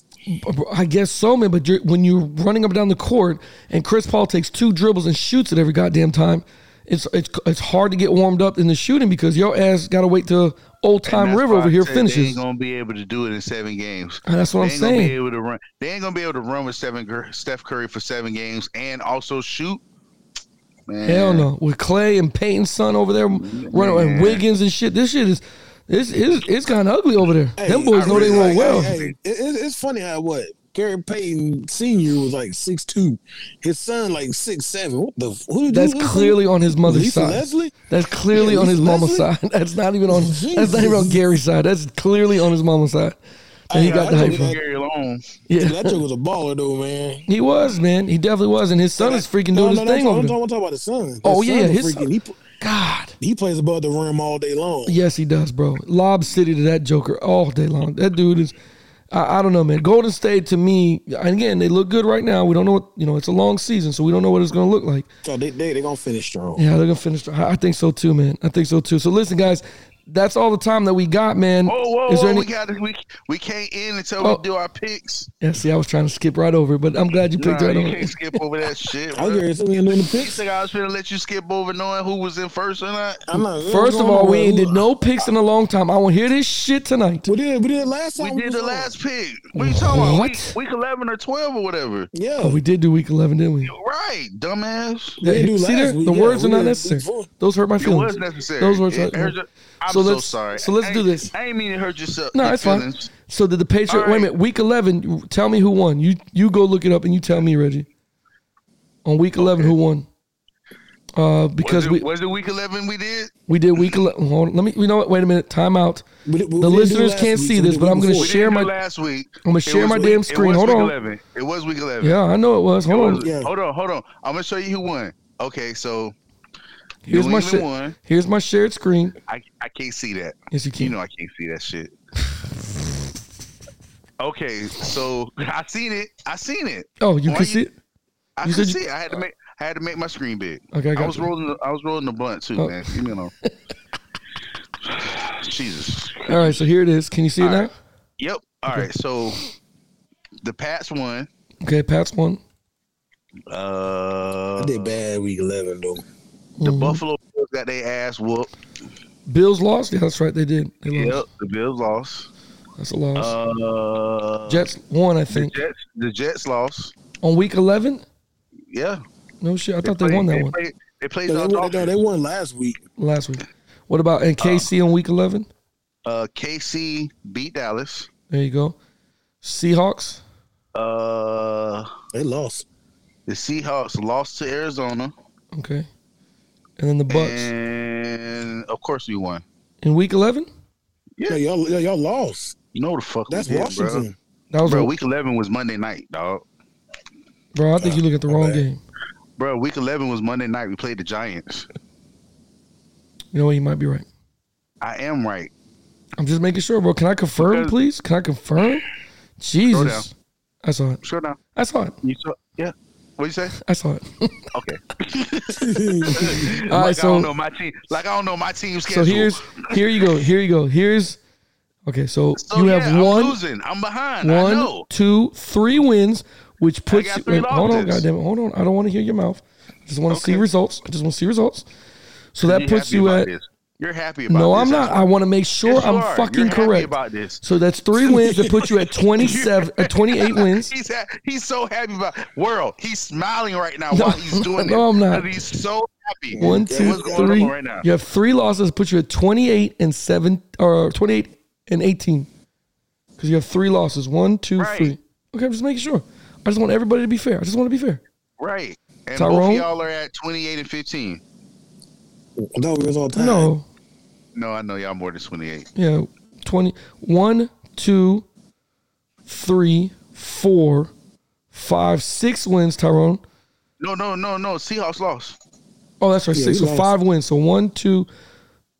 Speaker 3: I guess so, man. But you're, when you're running up and down the court, and Chris Paul takes two dribbles and shoots it every goddamn time, it's it's it's hard to get warmed up in the shooting because your ass got to wait till old
Speaker 4: And
Speaker 3: time
Speaker 4: that's
Speaker 3: River
Speaker 4: why
Speaker 3: over
Speaker 4: I
Speaker 3: here
Speaker 4: said They
Speaker 3: finishes.
Speaker 4: ain't gonna be able to do it in seven games.
Speaker 3: And that's what I'm
Speaker 4: they ain't gonna
Speaker 3: saying.
Speaker 4: be able to run. They ain't gonna be able to run with seven Gr- Steph Curry for seven games and also shoot. Man,
Speaker 3: Hell no, with Clay and Peyton's son over there running and
Speaker 4: Man.
Speaker 3: Wiggins and shit. This shit is this is it's kind of ugly over there.
Speaker 5: Hey,
Speaker 3: Them boys
Speaker 4: I
Speaker 3: know they
Speaker 4: really
Speaker 3: roll
Speaker 4: like-
Speaker 3: well.
Speaker 5: Hey, hey, it- it- it's funny how what Gary Payton Senior was like six two, his son like six seven. What the f- who did
Speaker 3: That's
Speaker 5: who- who-
Speaker 3: clearly on his mother's
Speaker 5: Lisa
Speaker 3: side.
Speaker 5: Leslie?
Speaker 3: That's clearly
Speaker 5: Yeah,
Speaker 3: on his
Speaker 5: Lisa
Speaker 3: mama's
Speaker 5: Leslie?
Speaker 3: side. That's not even on. That's not even on
Speaker 5: Jesus.
Speaker 3: Gary's side. That's clearly on his mama's side. That he
Speaker 5: Hey,
Speaker 3: got
Speaker 5: I
Speaker 3: the hype
Speaker 5: know
Speaker 3: from.
Speaker 5: that-
Speaker 4: Gary Long.
Speaker 3: Yeah.
Speaker 5: That joke was a baller though, man.
Speaker 3: He was, man. He definitely was, and his son is freaking doing his thing
Speaker 5: I'm,
Speaker 3: over
Speaker 5: I'm
Speaker 3: there.
Speaker 5: talking about the son. His
Speaker 3: Oh,
Speaker 5: son
Speaker 3: yeah,
Speaker 5: is
Speaker 3: his son.
Speaker 5: freaking, he, pl-
Speaker 3: God,
Speaker 5: he plays above the rim all day long.
Speaker 3: yes, he does, bro. Lob City to that Joker all day long. That dude is. I, I don't know, man. Golden State to me, and again, they look good right now. We don't know what you know. It's a long season, so we don't know what it's going to look like.
Speaker 5: So they they they gonna finish strong.
Speaker 3: Yeah, they're going to finish. I I think so too, man. I think so too. So listen, guys, that's all the time that we got, man.
Speaker 4: Whoa, Oh, whoa,
Speaker 3: is
Speaker 4: whoa!
Speaker 3: there any?
Speaker 4: we got to we we can't end until
Speaker 3: Oh.
Speaker 4: we do our picks.
Speaker 3: yeah, see, I was trying to skip right over, it, but I'm glad you
Speaker 4: Nah,
Speaker 3: picked right
Speaker 4: you
Speaker 3: over.
Speaker 4: can't
Speaker 3: it.
Speaker 4: skip over that shit.
Speaker 5: I
Speaker 4: Bro. You
Speaker 5: guarantee we ain't doing the picks.
Speaker 4: think I was gonna let you skip over knowing who was in first or not?
Speaker 5: I'm not,
Speaker 3: First of all, we ain't did no picks in a long time. I won't hear this shit tonight.
Speaker 5: We did. We did last
Speaker 4: We
Speaker 5: time.
Speaker 4: did
Speaker 5: was
Speaker 4: the
Speaker 5: on.
Speaker 4: last pick. What you talking about? Week,
Speaker 3: What?
Speaker 4: week eleven or twelve or whatever.
Speaker 5: Yeah.
Speaker 3: Oh, we did do week 11, didn't we?
Speaker 4: Right, dumbass.
Speaker 5: We didn't do
Speaker 3: See
Speaker 5: last
Speaker 3: there?
Speaker 5: week.
Speaker 3: The
Speaker 5: Yeah,
Speaker 3: words are
Speaker 5: we
Speaker 3: not
Speaker 5: did-
Speaker 3: necessary.
Speaker 5: before.
Speaker 3: Those hurt my
Speaker 4: It
Speaker 3: feelings.
Speaker 4: was necessary.
Speaker 3: Those words hurt.
Speaker 4: It hurt
Speaker 3: my-
Speaker 4: your- I'm
Speaker 3: So
Speaker 4: so,
Speaker 3: let's-
Speaker 4: sorry.
Speaker 3: so let's
Speaker 4: I
Speaker 3: do
Speaker 4: ain't-
Speaker 3: this.
Speaker 4: I ain't mean to hurt yourself.
Speaker 3: No,
Speaker 4: your
Speaker 3: it's fine.
Speaker 4: feelings.
Speaker 3: So did the Patriot?
Speaker 4: All
Speaker 3: Wait a
Speaker 4: right.
Speaker 3: minute. Week eleven. you- Tell me who won. You you go look it up and you tell me, Reggie. On week eleven, who won? Uh, because
Speaker 4: was it,
Speaker 3: we
Speaker 4: was it week eleven we did?
Speaker 3: we did week eleven. Hold on, let me. You know what? Wait a minute. Time out.
Speaker 5: We did-
Speaker 3: The
Speaker 5: we didn't do
Speaker 3: listeners
Speaker 5: last
Speaker 3: can't
Speaker 5: week,
Speaker 3: see
Speaker 5: we
Speaker 3: this,
Speaker 5: did
Speaker 3: but
Speaker 5: week
Speaker 3: I'm going to
Speaker 5: before.
Speaker 3: share
Speaker 4: Didn't do
Speaker 3: my.
Speaker 4: last week.
Speaker 3: I'm gonna
Speaker 4: It
Speaker 3: share
Speaker 4: was
Speaker 3: my
Speaker 4: week-
Speaker 3: damn screen.
Speaker 4: It was
Speaker 3: Hold
Speaker 4: week
Speaker 3: on.
Speaker 4: 11. It was week eleven.
Speaker 3: Yeah, I know it was.
Speaker 4: It
Speaker 3: Hold
Speaker 4: was-
Speaker 3: on.
Speaker 5: Yeah.
Speaker 4: Hold on, hold on. I'm gonna show you who won. Okay, so
Speaker 3: Here's
Speaker 4: New
Speaker 3: my
Speaker 4: England
Speaker 3: shit.
Speaker 4: won.
Speaker 3: Here's my shared screen.
Speaker 4: I I can't see that.
Speaker 3: Yes, you
Speaker 4: You
Speaker 3: can.
Speaker 4: know I can't see that shit. Okay, so I seen it. I seen it.
Speaker 3: Oh, you
Speaker 4: Why
Speaker 3: can see it.
Speaker 4: I
Speaker 3: You
Speaker 4: could
Speaker 3: said you-
Speaker 4: see. it. I had to make. I had to make my screen big.
Speaker 3: Okay, I
Speaker 4: I,
Speaker 3: got
Speaker 4: was
Speaker 3: you.
Speaker 4: rolling. The, I was rolling the blunt too,
Speaker 3: Oh.
Speaker 4: man. You know. Jesus.
Speaker 3: All right. So here it is. Can you see it
Speaker 4: All
Speaker 3: now?
Speaker 4: right. Yep. All right. So the Pats won.
Speaker 3: Okay. Pat's won.
Speaker 4: Uh,
Speaker 5: I did bad week eleven though.
Speaker 4: the Buffalo Bills got their ass whooped.
Speaker 3: Bills lost. Yeah, that's right. They did. They lost.
Speaker 4: Yep. The Bills lost.
Speaker 3: That's a loss.
Speaker 4: Uh,
Speaker 3: Jets won, I
Speaker 4: The
Speaker 3: think,
Speaker 4: Jets. The Jets lost.
Speaker 3: on week eleven.
Speaker 4: Yeah.
Speaker 3: No shit, I thought they won that one
Speaker 4: Played, they played
Speaker 5: No,
Speaker 4: the
Speaker 5: they, won, no,
Speaker 4: Dolphins.
Speaker 5: they won last week.
Speaker 3: last week. What about
Speaker 4: Um,
Speaker 3: and KC on week eleven?
Speaker 4: Uh, KC beat Dallas.
Speaker 3: There you go. Seahawks.
Speaker 4: Uh,
Speaker 5: They lost.
Speaker 4: the Seahawks lost to Arizona.
Speaker 3: Okay, and then the
Speaker 4: Eh.
Speaker 3: Bucks
Speaker 4: And of course we won.
Speaker 3: in week eleven.
Speaker 5: Yeah, y'all, y'all, y'all lost.
Speaker 4: No, the fuck.
Speaker 5: That's
Speaker 4: we did,
Speaker 5: Washington.
Speaker 3: That was
Speaker 4: Bro. bro,
Speaker 3: bro.
Speaker 4: week 11 was Monday night, dog.
Speaker 3: I think you look at the
Speaker 5: my
Speaker 3: wrong
Speaker 5: bad.
Speaker 3: game.
Speaker 4: Bro, week 11 was Monday night. We played the Giants.
Speaker 3: You know what? You might be right.
Speaker 4: I am right.
Speaker 3: I'm just making sure, bro. Can I confirm,
Speaker 4: Because-
Speaker 3: please? Can I confirm? Jesus, I saw it.
Speaker 4: Sure now.
Speaker 3: I saw it.
Speaker 4: You saw, yeah. What you say?
Speaker 3: I saw it.
Speaker 4: Okay. like
Speaker 3: All right,
Speaker 4: I
Speaker 3: so
Speaker 4: don't know my team. Like I don't know my team's
Speaker 3: so
Speaker 4: schedule.
Speaker 3: here's here you go. Here you go. Here's Okay, so,
Speaker 4: So
Speaker 3: you
Speaker 4: yeah,
Speaker 3: have
Speaker 4: I'm
Speaker 3: one,
Speaker 4: losing. I'm behind. I
Speaker 3: one,
Speaker 4: know.
Speaker 3: two, three wins, which puts
Speaker 4: got
Speaker 3: you.
Speaker 4: three
Speaker 3: wait, hold on,
Speaker 4: losses.
Speaker 3: goddamn it, hold on. I don't want to hear your mouth. I just want to see
Speaker 4: Okay.
Speaker 3: results. I just want to see results. So that
Speaker 4: You're
Speaker 3: puts
Speaker 4: happy
Speaker 3: you
Speaker 4: about
Speaker 3: at.
Speaker 4: this. You're happy about
Speaker 3: No,
Speaker 4: this.
Speaker 3: I'm not. I want to make sure
Speaker 4: Yes, you
Speaker 3: I'm
Speaker 4: are.
Speaker 3: fucking
Speaker 4: You're happy
Speaker 3: correct.
Speaker 4: about this.
Speaker 3: So that's three wins that put you at 27, at 28 wins.
Speaker 4: He's ha- he's so happy about world. He's smiling right now while he's doing
Speaker 3: no,
Speaker 4: it.
Speaker 3: I'm not.
Speaker 4: 'Cause He's so happy.
Speaker 3: One,
Speaker 4: Yeah,
Speaker 3: two,
Speaker 4: What's going
Speaker 3: three.
Speaker 4: on right now?
Speaker 3: You have three losses, put you at 28 and seven, or 28 and 18. Because you have three losses. One, two,
Speaker 4: Right.
Speaker 3: three. Okay, I'm just making sure. I just want everybody to be fair. I just want to be fair.
Speaker 4: Right. And both
Speaker 3: Tyrone?
Speaker 4: of y'all are at 28 and 15.
Speaker 5: I thought we was all time.
Speaker 3: No.
Speaker 4: No, I know y'all more than 28.
Speaker 3: Yeah. 20. One, two, three, four, five, six wins, Tyrone.
Speaker 4: No, no, no, no. Seahawks lost.
Speaker 3: Oh, that's right.
Speaker 5: Yeah,
Speaker 3: six. So
Speaker 5: we lost.
Speaker 3: five wins. So one, two.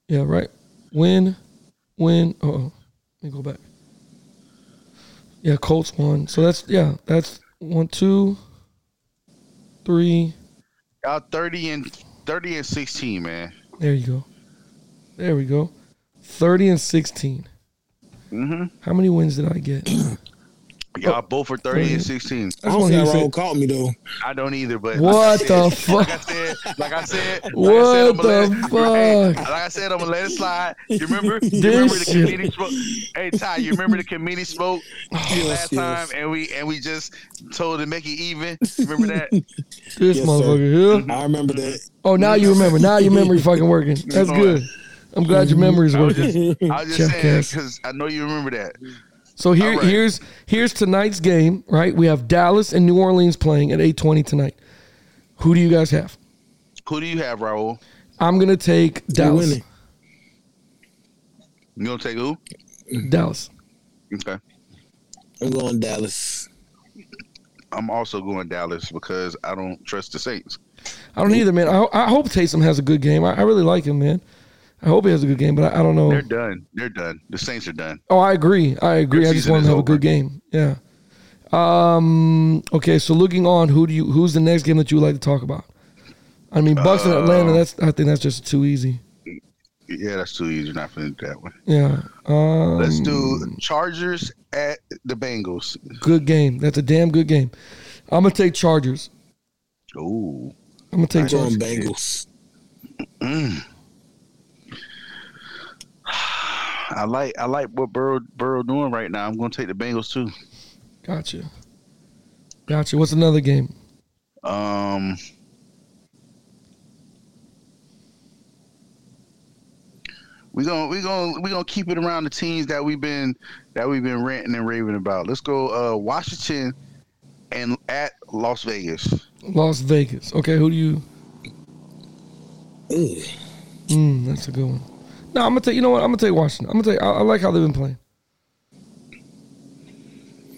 Speaker 3: Yeah, right. Win, win. Oh, let me go back. Yeah, Colts won. So that's yeah, that's one, two, three.
Speaker 4: Y'all 30 and 30 and 16, man.
Speaker 3: There you go. There we go. Thirty and 16 How many wins did I get? I Oh.
Speaker 4: Y'all both are 30 and 16.
Speaker 5: I
Speaker 3: just
Speaker 5: don't
Speaker 3: wanna
Speaker 5: see
Speaker 3: hear
Speaker 5: how
Speaker 3: you say-
Speaker 5: Raul called me though.
Speaker 4: I don't either, but
Speaker 3: What
Speaker 4: like I
Speaker 3: the
Speaker 4: said-
Speaker 3: fuck?
Speaker 4: Like I said, like I said, like
Speaker 3: What
Speaker 4: I said, I'ma let
Speaker 3: the
Speaker 4: it- hey,
Speaker 3: fuck?
Speaker 4: like I said, I'm gonna let it slide. You remember? You
Speaker 3: This
Speaker 4: remember the
Speaker 3: shit.
Speaker 4: committee spoke? Hey Ty, you remember the committee spoke
Speaker 3: Oh,
Speaker 4: last time,
Speaker 5: yes.
Speaker 4: and we and we just told to make it even. Remember that?
Speaker 3: This
Speaker 5: Yes, sir.
Speaker 3: motherfucker. Yeah.
Speaker 5: I remember that.
Speaker 3: Oh, now you remember. Now your memory fucking working. That's
Speaker 4: know
Speaker 3: good. I'm glad your memory's
Speaker 4: I was
Speaker 3: working.
Speaker 4: just, I was just saying
Speaker 3: Jackass.
Speaker 4: because I know you remember that.
Speaker 3: So here,
Speaker 4: All right.
Speaker 3: here's here's tonight's game. Right, we have Dallas and New Orleans playing at eight twenty tonight. Who do you guys have?
Speaker 4: Who do you have, Raul?
Speaker 3: I'm gonna take Dallas.
Speaker 5: winning.
Speaker 4: You gonna take who?
Speaker 3: Dallas.
Speaker 4: Okay.
Speaker 5: I'm going Dallas.
Speaker 4: I'm also going Dallas because I don't trust the Saints.
Speaker 3: I don't either, man. I, I hope Taysom has a good game. I, I really like him, man. I hope he has a good game, but I, I don't know.
Speaker 4: They're done. They're done. The Saints are done.
Speaker 3: Oh, I agree. I agree.
Speaker 4: Their
Speaker 3: I just
Speaker 4: season
Speaker 3: want him
Speaker 4: is
Speaker 3: to have a
Speaker 4: over.
Speaker 3: good game. Yeah. Um. Okay. So looking on, who do you? Who's the next game that you would like to talk about? I mean, Bucks and Atlanta.
Speaker 4: Uh.
Speaker 3: That's I think that's just too easy.
Speaker 4: Yeah, that's too easy. You're not gonna do that one.
Speaker 3: Yeah. Um,
Speaker 4: Let's do Chargers at the Bengals.
Speaker 3: Good game. That's a damn good game. I'm gonna take Chargers.
Speaker 4: Oh,
Speaker 3: I'm gonna take
Speaker 5: I'm going
Speaker 3: Chargers.
Speaker 5: Bengals.
Speaker 4: I like I like what Burrow Burrow doing right now. I'm going to take the Bengals too.
Speaker 3: Gotcha. Gotcha. What's another game?
Speaker 4: Um, we gonna we gonna we gonna keep it around the teams that we've been that we've been ranting and raving about. Let's go uh, Washington and at Las Vegas.
Speaker 3: Las Vegas. Okay, who do you?
Speaker 5: Ugh.
Speaker 3: Mm, that's a good one. No, I'm gonna take. You know what? I'm gonna take Washington. I'm gonna take. I, I like how they've been playing.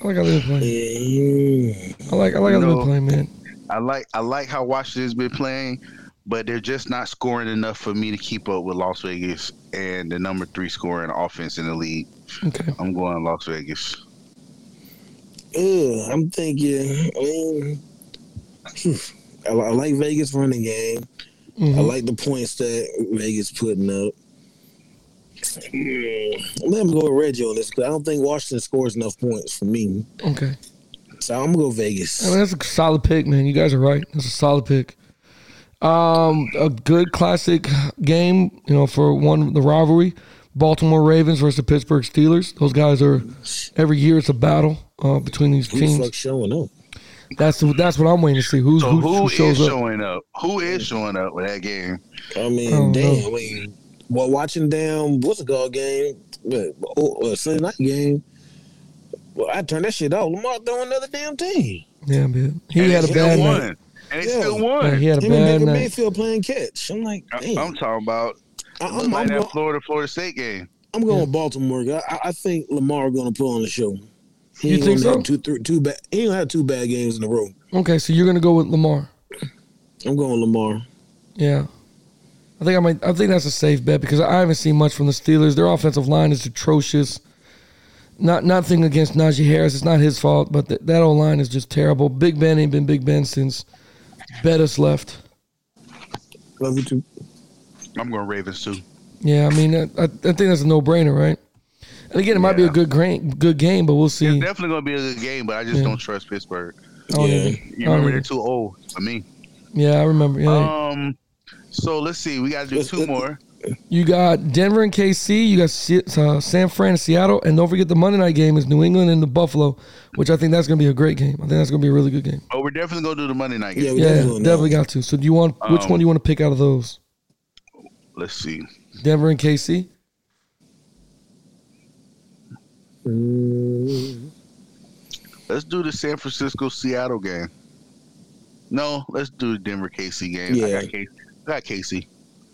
Speaker 3: I like how they've been playing. I
Speaker 5: Mm.
Speaker 3: like. I like how they've
Speaker 4: No.
Speaker 3: been playing, man.
Speaker 4: I like I like how Washington's been playing, but they're just not scoring enough for me to keep up with Las Vegas and the number three scoring offense in the league.
Speaker 3: Okay.
Speaker 4: I'm going Las Vegas.
Speaker 5: Ugh, I'm thinking. I mean, phew, I, li- I like Vegas running game. I
Speaker 3: Mhm.
Speaker 5: like the points that Vegas putting up. Mm, Let him go with Reggie on this because I don't think Washington scores enough points for me.
Speaker 3: Okay.
Speaker 5: So I'm gonna go Vegas.
Speaker 3: I mean, that's a solid pick, man. You guys are right. That's a solid pick. Um, a good classic game, you know, for one the rivalry, Baltimore Ravens versus the Pittsburgh Steelers. Those guys are every year it's a battle uh, between these
Speaker 5: Who the
Speaker 3: teams.
Speaker 5: fuck showing up?
Speaker 3: That's the, that's what I'm waiting to see. Who's,
Speaker 4: So
Speaker 3: who,
Speaker 4: who
Speaker 3: who
Speaker 4: is
Speaker 3: shows up?
Speaker 4: showing up? Who is showing up with that game?
Speaker 5: I mean,
Speaker 3: I don't
Speaker 5: damn.
Speaker 3: know.
Speaker 5: I mean, well, watching damn what's it called game, but oh, uh, Sunday night game. Well, I turned that shit off. Lamar throwing another damn team.
Speaker 3: Yeah, man. He
Speaker 4: and
Speaker 3: had
Speaker 4: they
Speaker 3: a
Speaker 4: still
Speaker 3: bad
Speaker 4: won.
Speaker 3: night.
Speaker 4: And they
Speaker 5: Yeah.
Speaker 4: still
Speaker 3: Yeah,
Speaker 4: won.
Speaker 3: he had a
Speaker 5: Him and
Speaker 3: bad
Speaker 5: Baker
Speaker 3: night.
Speaker 5: Mayfield playing catch. I'm like, damn.
Speaker 4: I- I'm talking about
Speaker 5: I-
Speaker 4: look
Speaker 5: I'm,
Speaker 4: like
Speaker 5: I'm
Speaker 4: that
Speaker 5: going,
Speaker 4: Florida Florida State game.
Speaker 5: I'm going Baltimore. I, I- I think Lamar going to pull on the show. He
Speaker 3: You think
Speaker 5: ain't gonna
Speaker 3: so?
Speaker 5: have Two, three, two bad. He ain't gonna have two bad games in a row.
Speaker 3: Okay, so you're gonna go with Lamar.
Speaker 5: I'm going Lamar.
Speaker 3: Yeah. I think I might. I think that's a safe bet because I haven't seen much from the Steelers. Their offensive line is atrocious. Not nothing against Najee Harris. It's not his fault, but th- that old line is just terrible. Big Ben ain't been Big Ben since Bettis left.
Speaker 5: Love you too.
Speaker 4: I'm going Ravens too.
Speaker 3: Yeah, I mean, I, I I think that's a no brainer, right? And again, it might be a
Speaker 4: Yeah.
Speaker 3: good great, good game, but we'll see.
Speaker 4: It's definitely gonna be a good game, but I just
Speaker 3: Yeah.
Speaker 4: don't trust Pittsburgh.
Speaker 3: I don't
Speaker 5: Yeah.
Speaker 3: even- I
Speaker 4: You
Speaker 3: don't
Speaker 4: remember
Speaker 3: even-
Speaker 4: they're too old for me.
Speaker 3: yeah, I remember. Yeah.
Speaker 4: Um, so let's see. We gotta do
Speaker 5: Let's-
Speaker 4: two
Speaker 5: let's-
Speaker 4: more.
Speaker 3: You got Denver and KC. You got Se- uh, San Fran and Seattle, and don't forget the Monday night game is New England and the Buffalo, which I think that's going to be a great game. I think that's going to be a really good game.
Speaker 4: But we're definitely gonna do the Monday night game.
Speaker 5: Yeah, we-
Speaker 3: Yeah,
Speaker 5: definitely know.
Speaker 3: definitely got to. So do you want which
Speaker 4: Um,
Speaker 3: one do you want to pick out of those?
Speaker 4: Let's see.
Speaker 3: Denver and KC.
Speaker 5: Mm-hmm.
Speaker 4: Let's do the San Francisco Seattle game. No, let's do the Denver KC game. I
Speaker 5: Yeah.
Speaker 4: got KC. I got KC.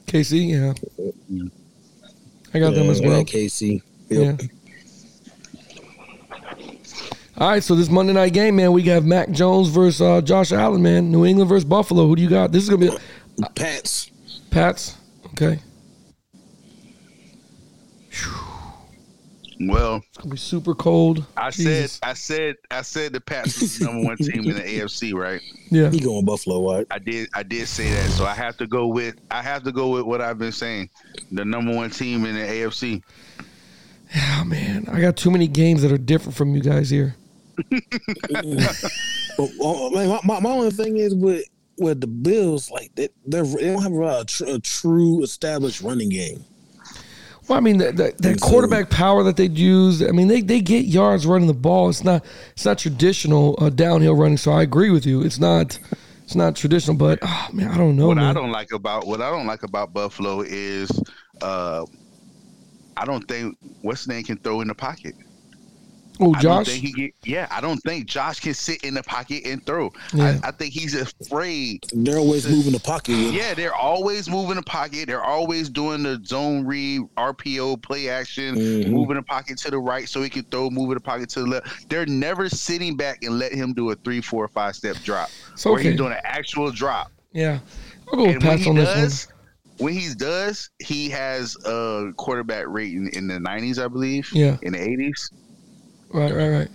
Speaker 3: KC, yeah. I got them as
Speaker 5: Yeah, I
Speaker 3: well.
Speaker 5: got KC.
Speaker 3: Yeah.
Speaker 5: Yep.
Speaker 3: All right, so this Monday night game, man, we got Mac Jones versus uh, Josh Allen, man. New England versus Buffalo. Who do you got? This is gonna be
Speaker 5: Pats.
Speaker 3: Pats. Okay,
Speaker 4: Well,
Speaker 3: it's gonna be super cold.
Speaker 4: I
Speaker 3: Jesus.
Speaker 4: said, I said, I said the Pats was the number one team in the AFC, right?
Speaker 3: yeah,
Speaker 5: He going Buffalo, right?
Speaker 4: I did, I did say that. So I have to go with, I have to go with what I've been saying. The number one team in the AFC.
Speaker 3: oh man, I got too many games that are different from you guys here.
Speaker 5: But, uh, man, my, my, my only thing is with with the Bills, like they they're, they don't have a, tr- a true established running game.
Speaker 3: Well, I mean, that, that, that
Speaker 5: Absolutely.
Speaker 3: quarterback power that they use. I mean, they, they get yards running the ball. It's not it's not traditional uh, downhill running. So I agree with you. It's not it's not traditional. But oh, man, I don't know.
Speaker 4: what
Speaker 3: man.
Speaker 4: I don't like about what I don't like about Buffalo is, uh, I don't think what's his name can throw in the pocket.
Speaker 3: oh,
Speaker 4: I don't
Speaker 3: Josh.
Speaker 4: think he get, yeah, I don't think Josh can sit in the pocket and throw.
Speaker 3: Yeah.
Speaker 4: I, I think he's afraid.
Speaker 5: They're always moving the pocket. With
Speaker 4: Yeah, they're always moving the pocket. They're always doing the zone read, RPO, play action,
Speaker 5: Mhm.
Speaker 3: Mm-hmm.
Speaker 4: moving the pocket to the right so he can throw, moving the pocket to the left. They're never sitting back and let him do a three, four, five step drop.
Speaker 3: It's
Speaker 4: Or
Speaker 3: okay.
Speaker 4: he's doing an actual drop.
Speaker 3: yeah, I'll go with
Speaker 4: And when
Speaker 3: Pats
Speaker 4: he
Speaker 3: on this
Speaker 4: does, when he does, he has a quarterback rating in the nineties, I believe.
Speaker 3: Yeah.
Speaker 4: In the eighties.
Speaker 3: one. Right, right, right.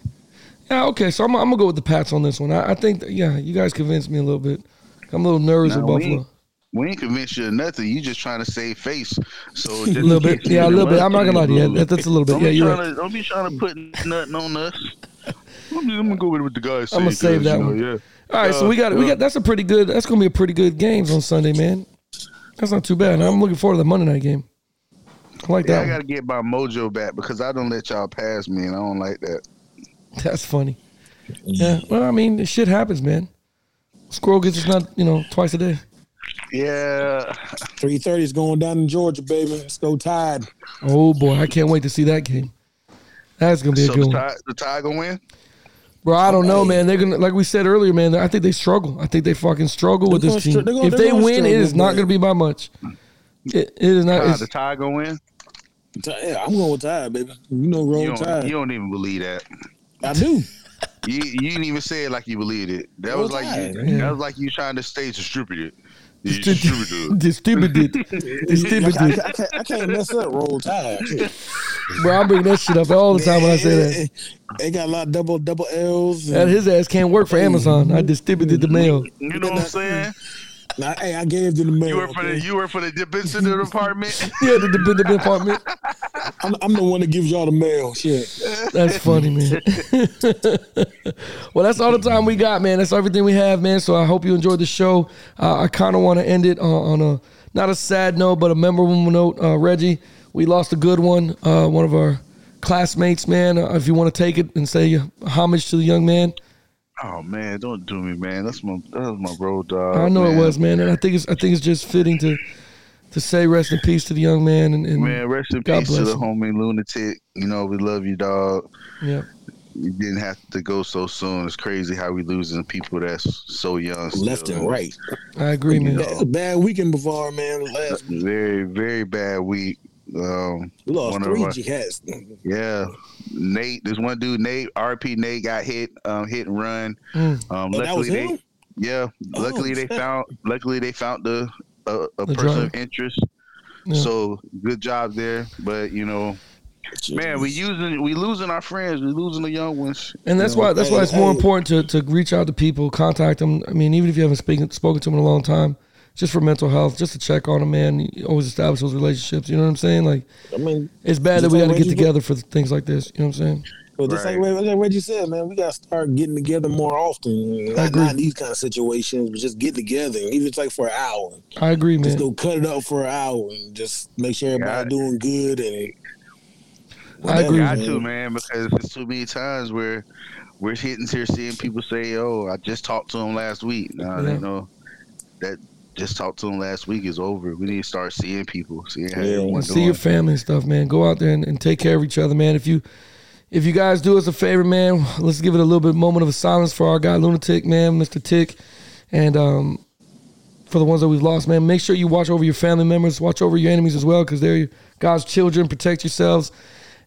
Speaker 3: Yeah, okay. So I'm, I'm gonna go with the Pats on this one. I, I think that, yeah, you guys convinced me a little bit. I'm a little nervous
Speaker 4: No,
Speaker 3: with
Speaker 4: we-
Speaker 3: Buffalo.
Speaker 4: We ain't convinced you of nothing. You just trying to save face. So just
Speaker 3: A little bit, yeah, a little bit. I'm not gonna lie to you. That- That's a little bit.
Speaker 4: Don't
Speaker 3: Yeah,
Speaker 4: be
Speaker 3: you're
Speaker 4: trying
Speaker 3: right.
Speaker 4: to don't be trying to put nothing on us. I'm gonna go with what the guys.
Speaker 3: I'ma
Speaker 4: say,
Speaker 3: save
Speaker 4: 'cause,
Speaker 3: that
Speaker 4: you know,
Speaker 3: one.
Speaker 4: Yeah.
Speaker 3: All right, so we got
Speaker 5: Uh,
Speaker 3: we got that's a pretty good. That's gonna be a pretty good games on Sunday, man. That's not too bad. And I'm looking forward to the Monday night game. I like
Speaker 4: Yeah, I
Speaker 3: that.
Speaker 4: gotta
Speaker 3: one.
Speaker 4: get my mojo back because I don't let y'all pass me, and I don't like that.
Speaker 3: That's funny.
Speaker 5: Mm.
Speaker 3: Yeah. Well, I mean, shit happens, man. Squirrel gets us not you know twice a day.
Speaker 4: Yeah,
Speaker 5: Three thirty is going down in Georgia, baby. Let's go Tide.
Speaker 3: Oh boy, I can't wait to see that game. That's gonna be a
Speaker 4: so
Speaker 3: good
Speaker 4: the
Speaker 3: one.
Speaker 4: tie, the tie gonna win.
Speaker 3: Bro, I don't know, man. They're gonna, like we said earlier, man. I think they struggle. I think they fucking struggle with
Speaker 5: They're
Speaker 3: this
Speaker 5: gonna
Speaker 3: team.
Speaker 5: str- they're gonna-
Speaker 3: if
Speaker 5: they're
Speaker 3: they
Speaker 5: gonna
Speaker 3: win, it is
Speaker 5: struggle,
Speaker 3: not
Speaker 5: but-
Speaker 3: gonna be by much. It, it is not.
Speaker 4: Ty,
Speaker 3: It's,
Speaker 4: the tie gonna win.
Speaker 5: Ti- Yeah, I'm going with Tide, baby. You know,
Speaker 4: You
Speaker 5: roll
Speaker 4: don't, you
Speaker 5: Tide.
Speaker 4: don't even believe that.
Speaker 5: I do.
Speaker 4: You you didn't even say it like you believed it. That
Speaker 5: Well,
Speaker 4: was like you,
Speaker 3: yeah.
Speaker 4: that was like you trying to stay distributed. You distributed.
Speaker 3: distributed,
Speaker 5: I,
Speaker 3: distributed.
Speaker 5: I, can't, I can't mess up roll Tide.
Speaker 3: Bro, I bring that shit up all the time when I say that.
Speaker 5: They got a lot of double double L's.
Speaker 3: That
Speaker 5: and-
Speaker 3: his ass can't work for Amazon. I distributed the mail.
Speaker 4: You know what I'm saying?
Speaker 5: Nah, hey, I gave them the mail.
Speaker 4: You were for the
Speaker 5: okay?
Speaker 4: you were for the dip into the department.
Speaker 3: Yeah, the, the, the department.
Speaker 5: I'm, I'm the one that gives y'all the mail. Shit.
Speaker 3: That's funny, man. well, that's all the time we got, man. That's everything we have, man. So I hope you enjoyed the show. Uh, I kind of want to end it on, on a not a sad note, but a memorable note. Uh, Reggie, we lost a good one. Uh, one of our classmates, man. Uh, if you want to take it and say homage to the young man,
Speaker 4: Oh man, don't do me, man. That's my that was my bro dog.
Speaker 3: I know
Speaker 4: man.
Speaker 3: it was, man. And I think it's I think it's just fitting to to say rest in peace to the young man. And, and
Speaker 4: Man, rest in
Speaker 3: God
Speaker 4: peace to
Speaker 3: bless
Speaker 4: the
Speaker 3: him.
Speaker 4: homie lunatic. You know we love you, dog.
Speaker 3: yeah.
Speaker 4: You didn't have to go so soon. It's crazy how we losing people that's so young. still.
Speaker 5: Left and right.
Speaker 3: I agree, man.
Speaker 5: That was a bad weekend, Bavar, man. Last
Speaker 4: Very very bad week. Um,
Speaker 5: we lost
Speaker 4: one of
Speaker 5: three
Speaker 4: our-
Speaker 5: Jihadists.
Speaker 4: Yeah, Nate. There's one dude, Nate. RP Nate got hit, um, hit and run.
Speaker 3: Mm.
Speaker 4: Um,
Speaker 5: Oh,
Speaker 4: luckily
Speaker 5: that was
Speaker 4: they,
Speaker 5: him? Oh,
Speaker 4: yeah. Luckily they
Speaker 5: shit.
Speaker 4: found. Luckily they found the a, a
Speaker 3: The
Speaker 4: person of
Speaker 3: driver.
Speaker 4: interest.
Speaker 3: Yeah.
Speaker 4: So good job there. But you know, man, we using we losing our friends. We losing the young ones.
Speaker 3: And that's
Speaker 5: You know,
Speaker 3: why that's why
Speaker 5: hey,
Speaker 3: it's more
Speaker 5: hey.
Speaker 3: important to, to reach out to people, contact them. I mean, even if you haven't spoken spoken to them in a long time, just for mental health, just to check on a man. You always establish those relationships. You know what I'm saying? Like
Speaker 5: I mean,
Speaker 3: it's bad that
Speaker 5: Just
Speaker 3: we
Speaker 5: like
Speaker 3: got to get
Speaker 5: Reggie-
Speaker 3: together for things like this. You know what I'm saying?
Speaker 5: But just like,
Speaker 4: Right.
Speaker 5: Reg- like Reggie said, man, we gotta start getting together more often. Not,
Speaker 3: agree.
Speaker 5: not in these kind of situations, but just get together, even if it's like for an hour.
Speaker 3: I agree,
Speaker 5: Just
Speaker 3: man.
Speaker 5: go cut it up for an hour and just make sure
Speaker 4: Got
Speaker 5: everybody
Speaker 4: it.
Speaker 5: doing good and
Speaker 3: I agree.
Speaker 4: Got
Speaker 3: Man.
Speaker 4: to man because it's too many times where we're hitting here seeing people say, "Oh, I just talked to him last week." Nah,
Speaker 3: Yeah.
Speaker 4: you know that just talked to him last week is over. We need to start seeing people, seeing how
Speaker 5: Yeah.
Speaker 4: everyone
Speaker 3: See
Speaker 4: doing.
Speaker 3: your family and stuff, man. Go out there and, and take care of each other, man. If you if you guys do us a favor, man, let's give it a little bit moment of silence for our guy Lunatic, man, Mr. Tick, and um, for the ones that we've lost, man. Make sure you watch over your family members, watch over your enemies as well, because they're God's children. Protect yourselves.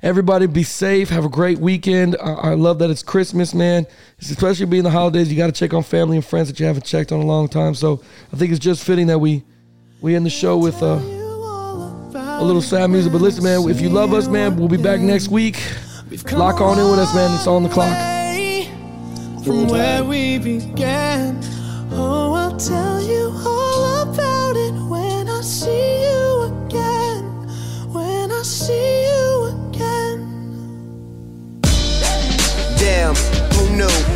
Speaker 3: Everybody be safe. Have a great weekend. I, I love that it's Christmas, man. It's especially being the holidays, you got to check on family and friends that you haven't checked on in a long time. So I think it's just fitting that we we end the show with uh, a little sad music. But listen, man, if you love us, man, we'll be back next week. Lock on in with us, man. It's on the clock.
Speaker 6: From where we began. Oh, I'll tell you all about it when I see you again. When I see you again.
Speaker 7: Damn, who knew?